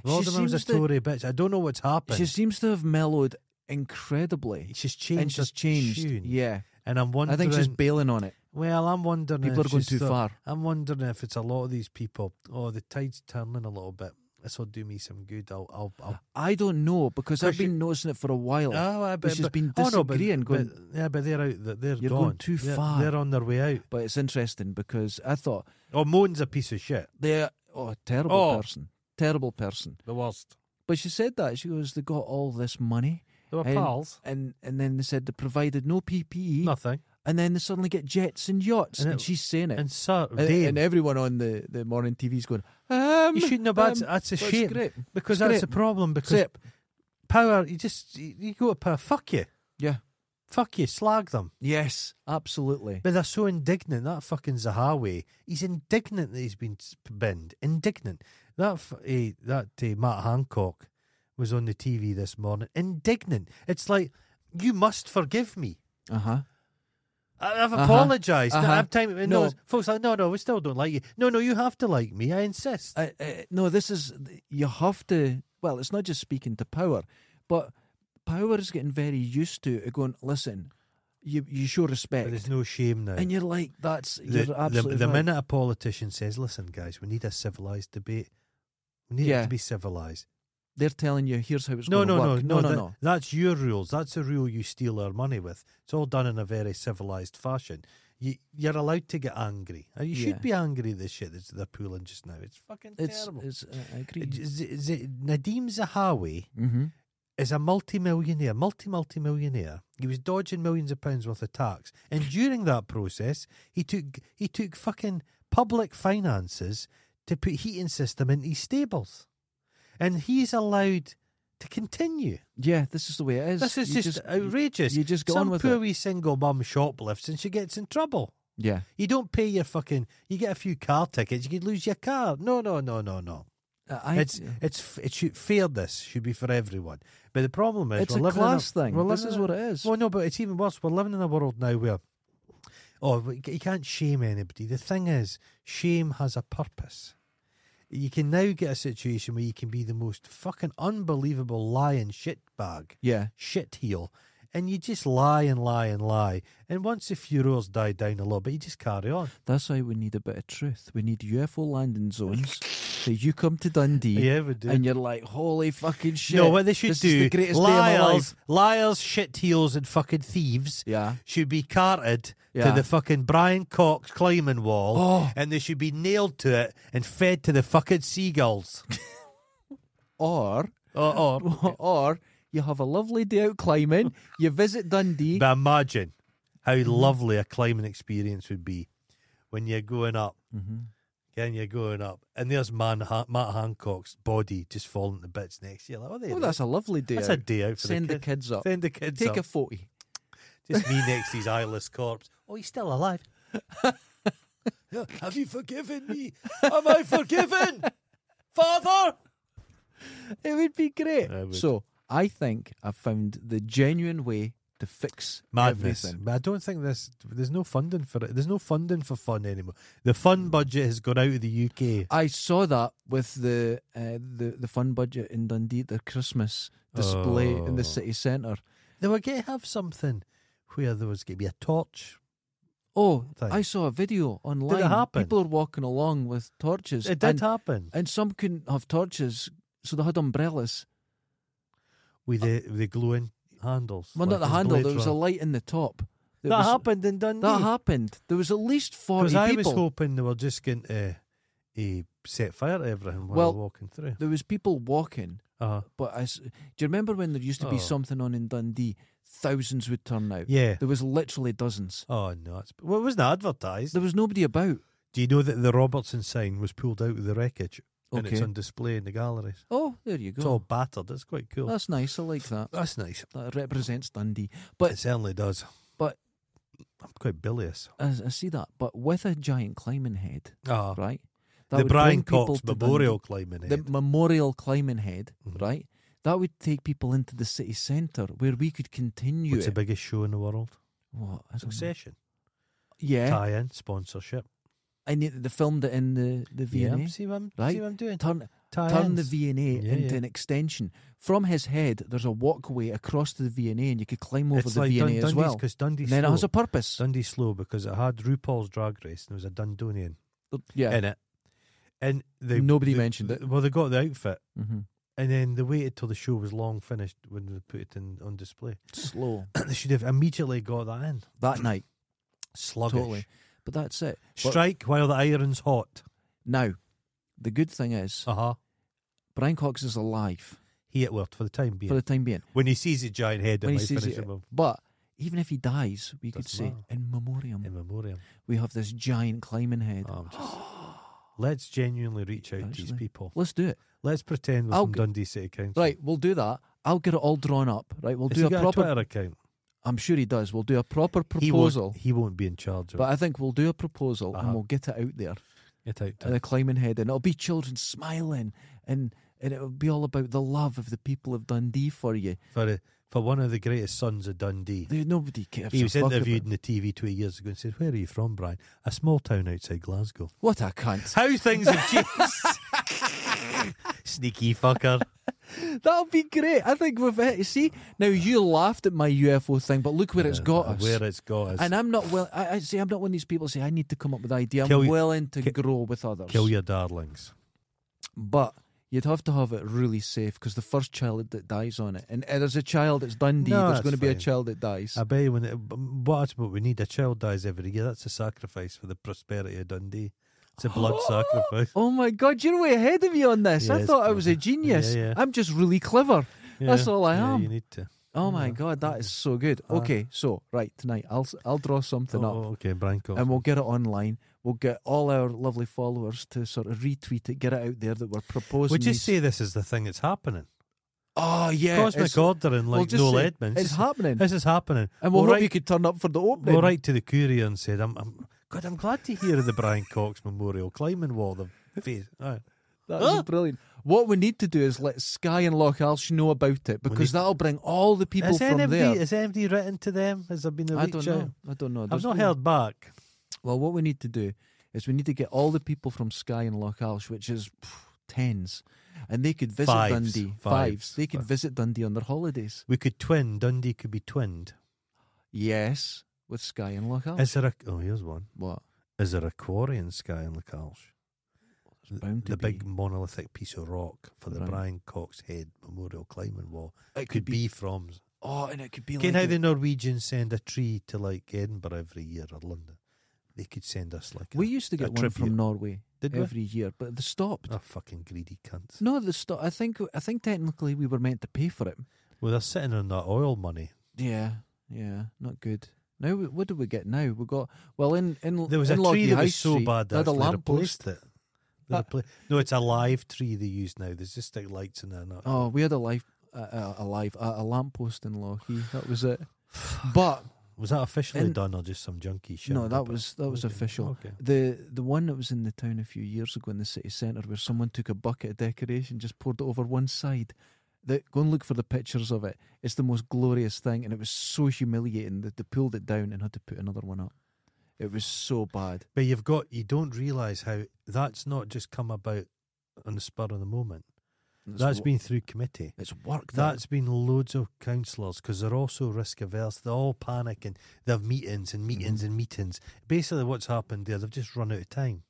S1: Vorderman was a
S2: seems to-
S1: Tory bitch. I don't know what's happened.
S2: She seems to have mellowed incredibly.
S1: she's changed.
S2: and she's
S1: her
S2: changed.
S1: tune.
S2: Yeah.
S1: And I'm
S2: I
S1: wondering.
S2: think she's bailing on it.
S1: Well, I'm wondering.
S2: People
S1: if
S2: are going
S1: she's
S2: too
S1: thought-
S2: far.
S1: I'm wondering if it's a lot of these people. Oh, the tide's turning a little bit. This will do me some good. I'll, I'll, I'll.
S2: I don't know because I've
S1: Because you-
S2: been noticing it for a while.
S1: Oh, I
S2: she's been
S1: oh, no, but-
S2: disagreeing, going-
S1: but- yeah, but they're out. th- They're
S2: You're
S1: gone.
S2: going too
S1: They're-
S2: far.
S1: They're on their way out.
S2: but it's interesting because I thought
S1: Oh, Moan's a piece of shit.
S2: they're oh terrible
S1: Oh.
S2: person, terrible person.
S1: The worst.
S2: But she said that she goes, they got all this money,
S1: They were
S2: And-
S1: pals.
S2: and and then they said they provided no PPE,
S1: Nothing.
S2: and then they suddenly get jets and yachts,
S1: And
S2: and,
S1: it-
S2: she's saying it,
S1: And Sir
S2: and,
S1: Dave,
S2: and everyone on the the morning TV's going, um,
S1: you shouldn't have. That's,
S2: um,
S1: that's a
S2: well, it's
S1: shame
S2: great.
S1: because
S2: It's
S1: that's
S2: great.
S1: the problem. Because
S2: Sip.
S1: power, you just you, you go to power. Fuck you.
S2: Yeah.
S1: Fuck you. Slag them.
S2: Yes, absolutely.
S1: But they're so indignant. That fucking Zahawi, he's indignant that he's been s- binned. Indignant. That f- eh, that eh, Matt Hancock was on the TV this morning. Indignant. It's like you must forgive me.
S2: Uh huh.
S1: I- I've
S2: Uh-huh.
S1: apologized.
S2: Uh-huh.
S1: I've time. No,
S2: No.
S1: it's- folks, are like no, no, we still don't like you. No, no, you have to like me. I insist.
S2: I, I, Uh, no, this is you have to. Well, it's not just speaking to power, but power is getting very used to it going. Listen, you you show
S1: But
S2: respect,
S1: there's no shame now.
S2: and you're like that's
S1: the,
S2: you're
S1: the,
S2: absolutely
S1: the
S2: right.
S1: minute a politician says, "Listen, guys, we need a civilized debate. We need it
S2: Yeah.
S1: to be civilized."
S2: They're telling you here's how it's
S1: No,
S2: going to
S1: no, no,
S2: work.
S1: no,
S2: no,
S1: that-
S2: no.
S1: That's your rules. That's the rule you steal our money with. It's all done in a very civilized fashion. You, you're allowed to get angry. Uh, You
S2: Yeah.
S1: should be angry at this shit that's they're pulling just now. It's fucking
S2: It's
S1: terrible.
S2: it's uh, I agree.
S1: Z- Z- Z- Nadeem Zahawi
S2: hmm
S1: is a multi-millionaire, multi-multi-millionaire. He was dodging millions of pounds worth of tax,
S2: *laughs*
S1: and during that process, he took he took fucking public finances to put heating system into his stables, and he's allowed to continue.
S2: Yeah, this is the way it is.
S1: This is
S2: You
S1: just, outrageous.
S2: you just get
S1: Some
S2: on with
S1: poor
S2: it.
S1: wee single mum shoplifts, and she gets in trouble.
S2: Yeah,
S1: You don't pay your fucking. You get a few car tickets, you could lose your car. No, no, no, no, no.
S2: I,
S1: uh, It's it's f- it should fairness should be for everyone. But the problem is
S2: it's
S1: we're
S2: a
S1: living in
S2: class
S1: we're
S2: thing.
S1: living
S2: This is
S1: in-
S2: what it is.
S1: Well, no, but it's even worse. We're living in a world now where oh, we- you can't shame anybody. The thing is, shame has a purpose. You can now get a situation where you can be the most fucking unbelievable lying shitbag,
S2: yeah,
S1: shit heel, and you just lie and lie and lie. And once the furores die down a little bit, you just carry on.
S2: that's why we need a bit of truth. We need UFO
S1: *laughs*
S2: landing zones. so you come to Dundee.
S1: Yeah, we do.
S2: and you're like, holy fucking shit.
S1: No, what they should
S2: this
S1: do,
S2: is the greatest day of my
S1: liars,
S2: life.
S1: liars, shit heels, and fucking thieves
S2: Yeah.
S1: should be carted
S2: Yeah.
S1: to the fucking Brian Cox climbing wall,
S2: Oh.
S1: and they should be nailed to it and fed to the fucking
S2: *laughs*
S1: seagulls.
S2: Or,
S1: or, or
S2: *laughs* or you have a lovely day out climbing, you visit Dundee.
S1: but imagine how lovely a climbing experience would be when you're going up.
S2: Mm-hmm.
S1: And you're going up, and there's man ha- Matt Hancock's body just falling to bits next to you. Like, oh, there
S2: oh,
S1: it
S2: that's
S1: is.
S2: a lovely day.
S1: that's
S2: out.
S1: a day out for
S2: Send
S1: the
S2: the
S1: kids.
S2: kids up.
S1: Send the kids
S2: Take
S1: up.
S2: a 40.
S1: Just
S2: *laughs*
S1: me next to his eyeless corpse. Oh, he's still alive. Have you forgiven me? Am I forgiven? Father?
S2: It would be great.
S1: I would.
S2: So I think I've found the genuine way to fix
S1: Madness.
S2: everything.
S1: But I don't think this, there's no funding for it. There's no funding for fun anymore. The fun budget has gone out of the UK.
S2: I saw that with the uh, the the fun budget in Dundee, the Christmas display in
S1: Oh.
S2: the city centre.
S1: They were going to have something where there was going to be a torch.
S2: Oh,
S1: Thing.
S2: I saw a video online.
S1: happen?
S2: People are walking along with torches.
S1: It did
S2: and
S1: happen.
S2: And some couldn't have torches, so they had umbrellas.
S1: With the, with the glowing handles.
S2: Well, not
S1: like
S2: the
S1: in
S2: handle,
S1: Blade
S2: there was a
S1: Runner.
S2: light in the top. It
S1: That
S2: was-
S1: happened in Dundee.
S2: That happened. There was at least 40
S1: Because I was
S2: people.
S1: hoping they were just going to uh, set fire to everything while
S2: Well,
S1: they were walking through.
S2: there was people walking,
S1: Uh-huh.
S2: but I s do you remember when there used to be
S1: Oh.
S2: something on in Dundee? Thousands would turn out.
S1: Yeah.
S2: There was literally dozens.
S1: Oh no! It's, well, it wasn't advertised.
S2: There was nobody about.
S1: Do you know that the Robertson sign was pulled out of the wreckage and it's
S2: Okay.
S1: on display in the galleries?
S2: Oh, there you
S1: It's all
S2: go.
S1: battered. It's quite cool.
S2: That's nice. I like that.
S1: That's nice.
S2: That represents Dundee.
S1: it
S2: But
S1: certainly does.
S2: but-
S1: I'm quite bilious.
S2: I, I see that. But with a giant climbing head,
S1: Ah,
S2: right? That
S1: the
S2: would
S1: Brian
S2: bring people
S1: Cox
S2: to Dundee.
S1: Memorial climbing
S2: the
S1: head.
S2: memorial climbing head,
S1: Mhm.
S2: right? That would take people into the city centre where we could continue.
S1: What's the
S2: it.
S1: biggest show in the world?
S2: What? I don't know. Eh?
S1: Succession.
S2: Yeah,
S1: Tie-in sponsorship.
S2: I need they filmed it in the the V
S1: Yeah.
S2: and
S1: See what I'm,
S2: Right.
S1: see what I'm doing.
S2: Turn. turn the
S1: Tie-ins.
S2: V&A
S1: Yeah,
S2: into
S1: yeah.
S2: an extension. From his head, there's a walkway across to the V&A, and you could climb over
S1: It's
S2: the
S1: like
S2: V&A
S1: Dun-
S2: as
S1: Dundee's
S2: well.
S1: because Dundee's
S2: And then it
S1: slow.
S2: has a purpose.
S1: Dundee's slow because it had RuPaul's Drag Race and there was a Dundonian
S2: Yeah.
S1: in it, and they
S2: Nobody
S1: they-
S2: mentioned it.
S1: Well, they got the outfit,
S2: hmm
S1: and then they waited till the show was long finished when they put it in on
S2: *coughs*
S1: display.
S2: Slow.
S1: they should have immediately got that in.
S2: That night,
S1: Sluggish.
S2: totally. But that's it. But
S1: Strike while the iron's hot.
S2: now, the good thing is,
S1: Uh huh.
S2: Brian Cox is alive
S1: He it worked for the time being.
S2: for the time being.
S1: when he sees a giant head,
S2: when
S1: it
S2: he
S1: might
S2: sees
S1: finish
S2: it.
S1: him off
S2: But even if he dies, we could
S1: Doesn't
S2: say
S1: matter.
S2: in memoriam,
S1: in memoriam.
S2: we have this giant climbing head.
S1: Um, just, let's genuinely reach out to these
S2: Actually.
S1: people.
S2: Let's do it.
S1: Let's pretend we're
S2: I'll
S1: from
S2: g-
S1: Dundee City Council.
S2: Right, we'll do that. I'll get it all drawn up. Right, we'll
S1: Has
S2: do
S1: he
S2: a
S1: got
S2: proper.
S1: a Twitter account?
S2: I'm sure he does. We'll do a proper
S1: He won't-
S2: proposal.
S1: He won't, be in charge of
S2: But I think we'll do a proposal
S1: Uh-huh.
S2: and we'll get it out there.
S1: it. Get out
S2: And
S1: there.
S2: a climbing head, and it'll be children smiling, and and it'll be all about the love of the people of Dundee for you.
S1: for a, for one of the greatest sons of Dundee.
S2: There, nobody cares.
S1: He
S2: a
S1: was
S2: fuck about-
S1: interviewed in the TV two years ago and said, "Where are you from, Brian? A small town outside Glasgow."
S2: What a *laughs* cunt!
S1: How things have changed.
S2: *laughs*
S1: Sneaky fucker.
S2: That'll be great. I think we've hit. See, now you laughed at my UFO thing, but look where it's
S1: Uh,
S2: got
S1: uh,
S2: us.
S1: Where it's got us.
S2: and I'm not well. I, I see. I'm not one of these people who say I need to come up with ideas.
S1: Kill
S2: I'm
S1: you-
S2: willing to
S1: ki-
S2: grow with others.
S1: Kill your darlings.
S2: But you'd have to have it really safe because the first child that dies on it, and there's a child that's Dundee.
S1: No,
S2: there's
S1: that's
S2: going to be a
S1: fine. Um,
S2: child that dies.
S1: I bet you when it, what that's what we need a child dies every year. That's a sacrifice for the prosperity of Dundee. It's a
S2: *gasps*
S1: blood sacrifice.
S2: Oh my God, you're way ahead of me on this.
S1: Yeah,
S2: I
S1: it's
S2: thought I was a
S1: clever.
S2: genius.
S1: Yeah, yeah.
S2: I'm just really clever. That's
S1: Yeah,
S2: all I
S1: yeah,
S2: am.
S1: You need to.
S2: Oh my
S1: Yeah.
S2: God, that is so good.
S1: Uh,
S2: okay, so right tonight, I'll s- I'll draw something up.
S1: Oh, okay, Brian. Cox.
S2: and we'll get it online. We'll get all our lovely followers to sort of retweet it, get it out there that we're proposing.
S1: Would you
S2: these-
S1: say this is the thing that's happening?
S2: Oh yeah,
S1: Cosmic
S2: it's-
S1: Order and
S2: we'll
S1: like
S2: just
S1: Noel
S2: say
S1: Edmonds.
S2: It's
S1: This-
S2: happening,
S1: This is happening.
S2: and we'll
S1: we'll
S2: hope
S1: write-
S2: you could turn up for the opening.
S1: Well, right to the courier and said, "I'm, I'm God. I'm glad to hear of the Brian Cox Memorial climbing wall. The face. Aye.
S2: That's brilliant. What we need to do is let Sky and Loch Alsh know about it because that'll bring all the people
S1: Has
S2: from
S1: anybody
S2: there.
S1: has anybody written to them? Has there been a
S2: I
S1: reach out?
S2: don't know. I don't know.
S1: I've
S2: There's
S1: not
S2: no-
S1: heard back.
S2: Well, what we need to do is we need to get all the people from Sky and Loch Alsh, which is phew, tens, and they could visit
S1: Fives.
S2: Dundee.
S1: Fives.
S2: They could
S1: Fives.
S2: visit Dundee on their holidays.
S1: We could twin. Dundee could be twinned.
S2: Yes, with Sky and Loch Alsh.
S1: Is there a? Oh, here's one.
S2: What?
S1: Is there a quarry in Skye and Lacalsh?
S2: bound to
S1: The big
S2: be.
S1: monolithic piece of rock for the
S2: Right.
S1: Brian Cox Head Memorial Climbing Wall
S2: It
S1: could be from
S2: Oh, and it could be
S1: Can
S2: like
S1: how
S2: a-
S1: the Norwegians send a tree to like Edinburgh every year or London? They could send us like
S2: we
S1: a,
S2: used to
S1: a
S2: get one
S1: tribute.
S2: from Norway
S1: Did we?
S2: every year, but they stopped.
S1: Oh, fucking greedy cunts.
S2: No, they stopped. I think I think technically we were meant to pay for it.
S1: Well, they're sitting on that oil money.
S2: Yeah, yeah, not good. Now we- what do we get now? We got well in in
S1: There was
S2: in
S1: a
S2: Lockie
S1: tree that
S2: High
S1: was so
S2: Street,
S1: bad
S2: they
S1: that
S2: had a Uh,
S1: they
S2: lamp post.
S1: replaced it. They
S2: That-
S1: repla- no, it's a live tree they use now. There's just like lights in there. Not,
S2: Oh, we had a life a, a, a life a, a lamp post in Lockie. That
S1: *sighs*
S2: was it. But
S1: was that officially
S2: and-
S1: done or just some junky shit?
S2: no, that was that was official.
S1: Okay.
S2: The the one that was in the town a few years ago in the city centre where someone took a bucket of decoration, just poured it over one side. The, go and look for the pictures of it. It's the most glorious thing, and it was so humiliating that they pulled it down and had to put another one up. It was so bad.
S1: But you've got you don't realise how that's not just come about on the spur of the moment.
S2: It's
S1: That's
S2: wo-
S1: been through committee.
S2: it's work. That
S1: That's been loads of councillors because they're also risk averse. They all panic and they have meetings and
S2: Mm-hmm.
S1: meetings and meetings. Basically, what's happened there, they've just run out of time.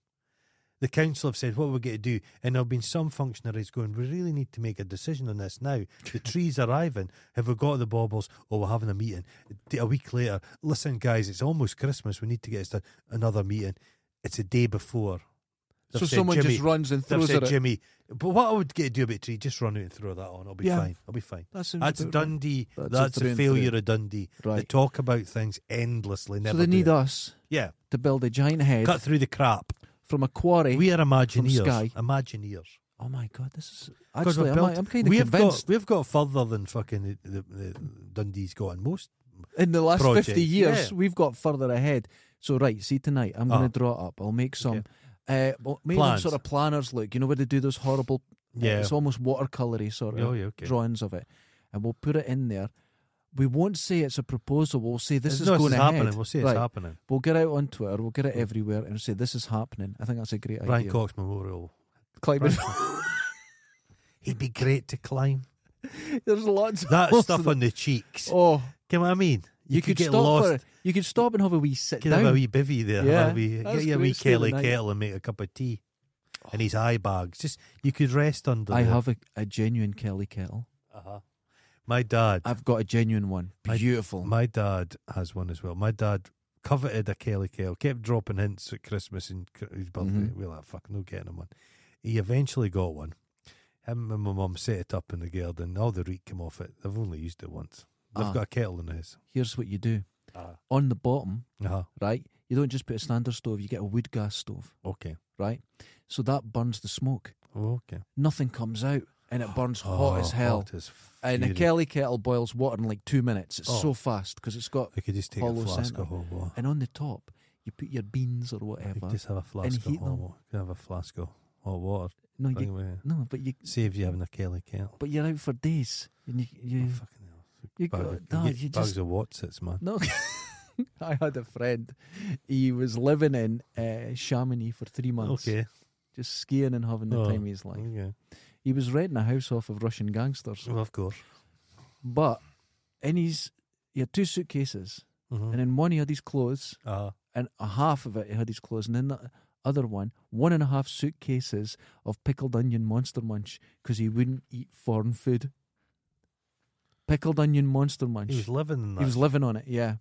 S1: The council have said, What are we going to do? And there have been some functionaries going, We really need to make a decision on this now. The
S2: *laughs*
S1: tree's arriving. Have we got the baubles? Oh, we're having a meeting. A week later, listen, guys, it's almost Christmas. We need to get this done. Another meeting. It's a day before.
S2: so
S1: They've said,
S2: someone
S1: "Jimmy,"
S2: just runs and
S1: They've
S2: throws it.
S1: said,
S2: at-
S1: Jimmy, but what I would get to do about tree, just run out and throw that on. I'll be
S2: Yeah.
S1: fine. I'll be fine.
S2: That sounds
S1: That's
S2: about right.
S1: Dundee.
S2: That's a
S1: That's, a,
S2: three and
S1: failure of Dundee. They
S2: Right.
S1: talk about things endlessly. Never
S2: So they
S1: do
S2: need
S1: it.
S2: us
S1: yeah.
S2: to build a giant head
S1: Cut through the crap.
S2: from a quarry.
S1: We are Imagineers.
S2: Sky.
S1: Imagineers.
S2: oh my god, this is
S1: 'Cause
S2: actually.
S1: we've
S2: I'm,
S1: built-
S2: I'm kind of
S1: we've
S2: convinced.
S1: Got, we've got further than fucking the, the, the Dundee's got in most.
S2: in the last
S1: project.
S2: 50 years
S1: Yeah.
S2: we've got further ahead so right see tonight i'm going
S1: Ah.
S2: to draw it up i'll make some uh well, make them
S1: Plans.
S2: sort of planners look you know where they do those horrible uh,
S1: Yeah.
S2: it's almost watercolory sort of
S1: Oh, yeah, okay.
S2: drawings of it and we'll put it in there we won't say it's a proposal we'll say
S1: It's-
S2: this is
S1: Uh, no,
S2: going
S1: it's
S2: ahead
S1: happening. We'll see it's Mm.
S2: Right.
S1: happening.
S2: we'll get out on twitter we'll get it everywhere and say this is happening i think that's a great
S1: Brian
S2: idea
S1: Cox Memorial.
S2: Climbing-
S1: He'd be great to climb.
S2: *laughs* There's lots of *laughs*
S1: That
S2: lots
S1: stuff
S2: of
S1: on the cheeks.
S2: Oh,
S1: Can what I mean? You, could, get
S2: stop
S1: lost.
S2: For, you could stop and have a wee sit
S1: Can
S2: down.
S1: have a wee bivvy there. have
S2: Yeah,
S1: a wee,
S2: that's
S1: get you a
S2: good,
S1: wee
S2: stay the
S1: Kelly
S2: night. Oh.
S1: kettle and make a cup of tea. And his eye bags. Just you could rest under.
S2: I
S1: there.
S2: have a, a genuine Kelly kettle.
S1: Uh-huh. My dad.
S2: I've got a genuine one.
S1: I-
S2: Beautiful.
S1: My dad has one as well. My dad coveted a Kelly Kell, kept dropping hints at Christmas and cr- his birthday.
S2: Mhm.
S1: We were like, fuck, no getting him one. He eventually got one. Him and my mum set it up in the garden. All the reek came off it. They've only used it once. They've
S2: Ah.
S1: got a kettle in his.
S2: Here's what you do.
S1: Ah.
S2: On the bottom,
S1: Uh-huh.
S2: right, you don't just put a standard stove, you get a wood gas stove,
S1: Okay.
S2: right? So that burns the smoke.
S1: Okay.
S2: Nothing comes out and it burns hot
S1: Oh,
S2: as hell.
S1: hot as
S2: and a
S1: fury.
S2: Kelly kettle boils water in like two minutes. It's
S1: Oh.
S2: so fast because it's got.
S1: I could just take a
S2: hollow
S1: flask
S2: centre.
S1: of hot water.
S2: And on the top, you put your beans or
S1: I could
S2: whatever.
S1: just have a flask of
S2: heat
S1: hot
S2: them.
S1: water. Could have a flask of hot water.
S2: No,
S1: Bring
S2: you,
S1: away.
S2: no, but you,
S1: Saves you having a Kelly kettle.
S2: but you're out for days. And you,
S1: Oh,
S2: you,
S1: fucking hell.
S2: you
S1: Bag
S2: go,
S1: of-
S2: no,
S1: get
S2: you
S1: bags
S2: just
S1: of Watsits, man.
S2: No. *laughs* I had a friend. He was living in uh, Chamonix for three months,
S1: Okay.
S2: just skiing and having the
S1: Oh,
S2: time of his life.
S1: Okay.
S2: He was renting a house off of Russian gangsters,
S1: Well, of course.
S2: but in his he had two suitcases,
S1: Mm-hmm.
S2: and in one he had his clothes,
S1: uh,
S2: and a half of it he had his clothes, and in the other one, one and a half suitcases of pickled onion monster munch because he wouldn't eat foreign food. Pickled onion monster munch.
S1: he was living in that.
S2: he was living on it, yeah.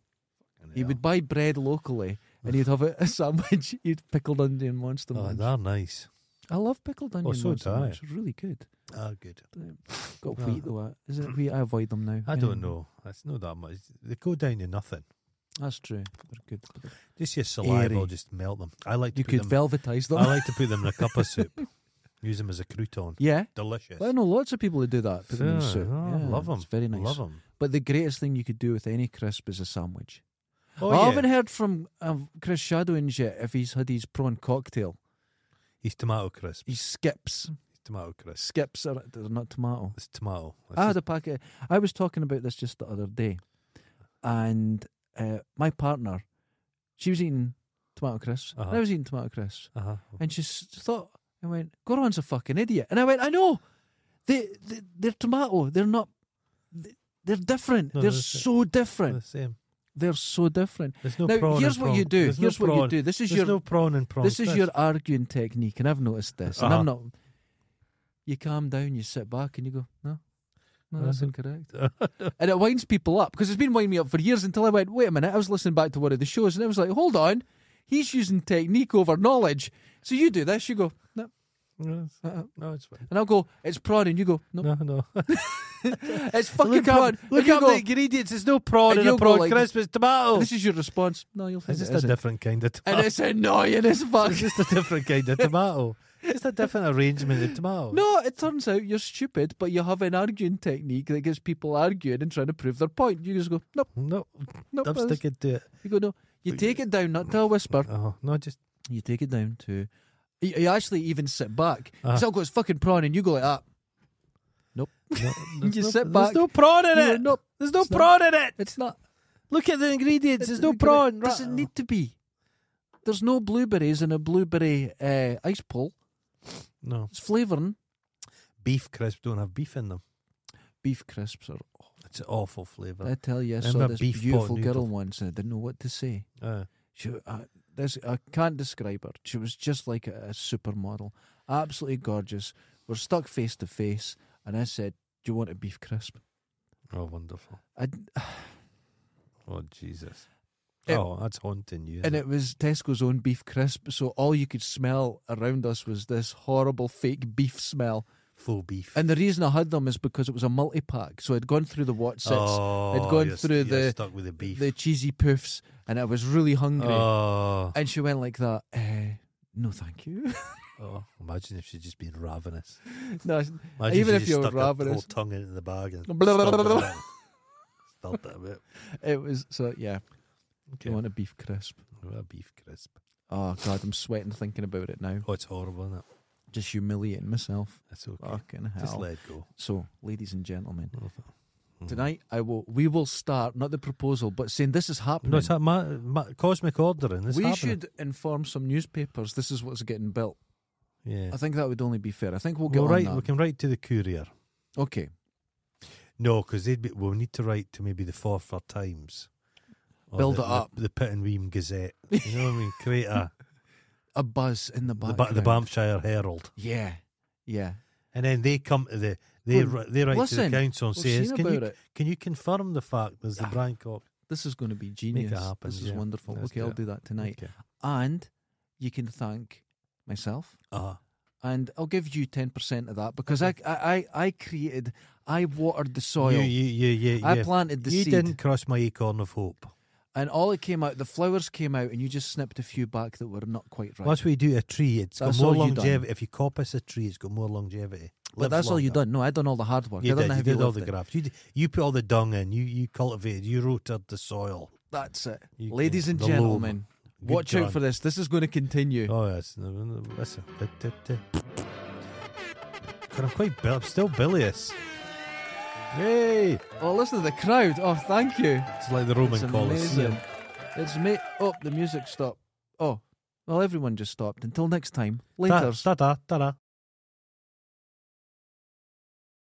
S1: fucking
S2: He
S1: hell.
S2: would buy bread locally and he'd have a, a sandwich. *laughs* He'd pickled onion monster
S1: Oh,
S2: munch.
S1: they're nice.
S2: I love pickled onion
S1: so
S2: monster
S1: do I.
S2: munch. It's really good.
S1: Ah, good.
S2: Got
S1: No.
S2: wheat though. Is it wheat? I avoid them now. Um,
S1: I
S2: Yeah.
S1: don't know. That's not that much. They go down to nothing.
S2: That's true. They're good.
S1: Just your saliva will
S2: Airy.
S1: just melt them. I like to
S2: You
S1: put them.
S2: could velvetize them.
S1: I like to put them in a cup of soup. Use them as a crouton.
S2: *laughs* yeah.
S1: Delicious.
S2: I know lots of people who do that. Put them in
S1: Yeah,
S2: soup.
S1: oh,
S2: Yeah,
S1: love 'em.
S2: It's very nice.
S1: Love them.
S2: But the greatest thing you could do with any crisp is a sandwich.
S1: Oh,
S2: I
S1: yeah.
S2: haven't heard from um, Chris Shadowin yet if he's had his prawn cocktail.
S1: He's tomato crisp.
S2: He skips.
S1: He's tomato crisp.
S2: Skips are they're not tomato.
S1: It's tomato. It's
S2: I had a Ah, packet. I was talking about this just the other day, and uh, my partner, she was eating tomato crisps, and
S1: Uh-huh.
S2: I was eating tomato crisps,
S1: uh-huh.
S2: and she s- thought, I went, Goron's a fucking idiot, and I went, I know, they, they they're tomato, they're not, they- they're different,
S1: No,
S2: they're
S1: that's it.
S2: so different,
S1: the same.
S2: they're so different.
S1: There's no prawn
S2: now
S1: and
S2: here's what you
S1: prawn-
S2: do.
S1: There's no
S2: Here's what you
S1: prawn.
S2: do. This is
S1: There's
S2: your
S1: no prawn and prawn.
S2: this is
S1: crisp.
S2: your arguing technique, and I've noticed this, and
S1: Uh-huh.
S2: I'm not. You calm down, you sit back, and you go, no, no, that's
S1: Uh-huh.
S2: incorrect, *laughs* and it winds people up because it's been winding me up for years until I went, wait a minute, I was listening back to one of the shows, and I was like, hold on, he's using technique over knowledge. So you do this, you go, no,
S1: No,
S2: uh-uh.
S1: no, it's fine.
S2: and I'll go, it's prawn, and you go,
S1: *laughs*
S2: no,
S1: No, no.
S2: it's fucking prawn.
S1: Up, look
S2: And you
S1: up
S2: go,
S1: the ingredients. There's no prawn
S2: and
S1: in a
S2: you'll go
S1: prawn
S2: like-
S1: crisp. It's tomato.
S2: this is your response. No, you'll think
S1: It's
S2: it
S1: just a
S2: isn't."
S1: different kind of tomato. *laughs*
S2: and it's annoying as fuck.
S1: It's just a different kind
S2: *laughs*
S1: of tomato. It's a different arrangement of tomato.
S2: No, it turns out you're stupid, but you have an arguing technique that gets people arguing and trying to prove their point. You just go, nope,
S1: no,
S2: nope.
S1: I'm
S2: that's-"
S1: sticking to it.
S2: You go, no. You
S1: But
S2: take it down, not to a whisper.
S1: Oh, no, just
S2: You take it down to. You, you actually even sit back.
S1: Uh-huh.
S2: So it goes fucking prawn, and you go like that. *laughs*
S1: no, there's
S2: You
S1: no,
S2: sit
S1: There's
S2: back.
S1: no prawn in
S2: You go,
S1: it.
S2: nope,
S1: There's no
S2: it's not.
S1: prawn in it.
S2: it's not.
S1: Look at the ingredients. There's no
S2: It
S1: prawn.
S2: Doesn't
S1: Right.
S2: need to be. There's no blueberries in a blueberry uh, ice pull.
S1: No
S2: It's flavouring.
S1: beef crisps don't have beef in them.
S2: Beef crisps are.
S1: It's an awful flavour.
S2: I tell you, I
S1: Remember
S2: saw this
S1: beef pot
S2: beautiful
S1: noodle?
S2: girl once, and I didn't know what to say.
S1: Uh,
S2: She, uh, this I can't describe her. She was just like a, a supermodel, absolutely gorgeous. We're stuck face to face, and I said, "Do you want a beef crisp?"
S1: oh, wonderful.
S2: I d
S1: Oh, Jesus.
S2: It-
S1: oh, that's haunting you.
S2: and it was Tesco's own beef crisp, so all you could smell around us was this horrible fake beef smell.
S1: full beef.
S2: And the reason I had them is because it was a multi pack, so I'd gone through the Watsits,
S1: oh,
S2: I'd gone
S1: you're,
S2: through
S1: you're
S2: the-
S1: stuck with the beef.
S2: the cheesy poofs, and I was really hungry.
S1: Oh,
S2: And she went like that. Eh, no, thank you. *laughs*
S1: oh, imagine if she'd just been ravenous.
S2: no, I-
S1: Imagine
S2: Even
S1: she
S2: if
S1: just
S2: you're
S1: stuck her
S2: ravenous.
S1: whole tongue into the bag and
S2: Blah, blah, blah, blah,
S1: Stop that bit.
S2: it was so yeah. Do
S1: Okay.
S2: you want a beef crisp?
S1: What a beef crisp.
S2: Oh God, I'm sweating thinking about it now.
S1: Oh, it's horrible, isn't it?
S2: Just humiliating myself.
S1: That's okay.
S2: Fucking Oh, hell.
S1: Just let it go.
S2: so, ladies and gentlemen,
S1: Mhm.
S2: tonight I will. We will start not the proposal, but saying this is happening.
S1: No, it's that ma- ma- cosmic ordering. This
S2: we
S1: happening.
S2: should inform some newspapers. This is what's getting built.
S1: Yeah.
S2: I think that would only be fair. I think we'll get
S1: We'll
S2: on
S1: write,
S2: that.
S1: we can write to the courier.
S2: Okay.
S1: No, because they'd be, we'll need to write to maybe the Forfar Times. Or
S2: Build
S1: the-
S2: it up.
S1: The, the Pit and Weem Gazette. You know what I mean? Create
S2: *laughs*
S1: a,
S2: A buzz in the
S1: the,
S2: background.
S1: Ba- the Banffshire Herald.
S2: Yeah. Yeah.
S1: And then they come to the, they,
S2: Well,
S1: ri- they write to
S2: listen,
S1: the council and
S2: We've
S1: says,
S2: seen
S1: can
S2: about
S1: you,
S2: it.
S1: can you confirm the fact there's the
S2: Ah,
S1: Brancock?
S2: This is going to be genius.
S1: happen,
S2: this is
S1: yeah.
S2: wonderful.
S1: Let's
S2: okay,
S1: do
S2: I'll
S1: it.
S2: do that tonight.
S1: Okay.
S2: And you can thank myself.
S1: Uh,
S2: And I'll give you 10% of that because I, I, I, I created, I watered the soil.
S1: you, you, you, you,
S2: I
S1: you.
S2: planted the
S1: you
S2: seed.
S1: didn't cross my acorn of hope.
S2: And all it came out, the flowers came out, and you just snipped a few back that were not quite right.
S1: Once we do a tree, it's
S2: That's
S1: got more
S2: all you done.
S1: longevity. If you coppice a tree, it's got more longevity.
S2: but
S1: Lives
S2: that's all you
S1: longer.
S2: done. No, I done all the hard work.
S1: You
S2: I
S1: did,
S2: done the
S1: you
S2: heavy
S1: did all the
S2: lifting.
S1: graft. You, d- you put all the dung in. You you cultivated. You rotated the soil.
S2: That's it.
S1: You-
S2: Ladies and
S1: the loam.
S2: gentlemen,
S1: Good
S2: watch out
S1: job.
S2: for this. This is going to continue.
S1: Oh, yes. No, no, no, Listen. Da, da, da. God, I'm quite. Bil- I'm still bilious. Yay!
S2: Oh, listen to the crowd. Oh, thank you.
S1: It's like the Roman
S2: it's
S1: Colosseum.
S2: amazing. It's made. Oh, the music stopped. Oh, well, everyone just stopped. Until next time.
S1: Ta-
S2: Later.
S1: Ta da da da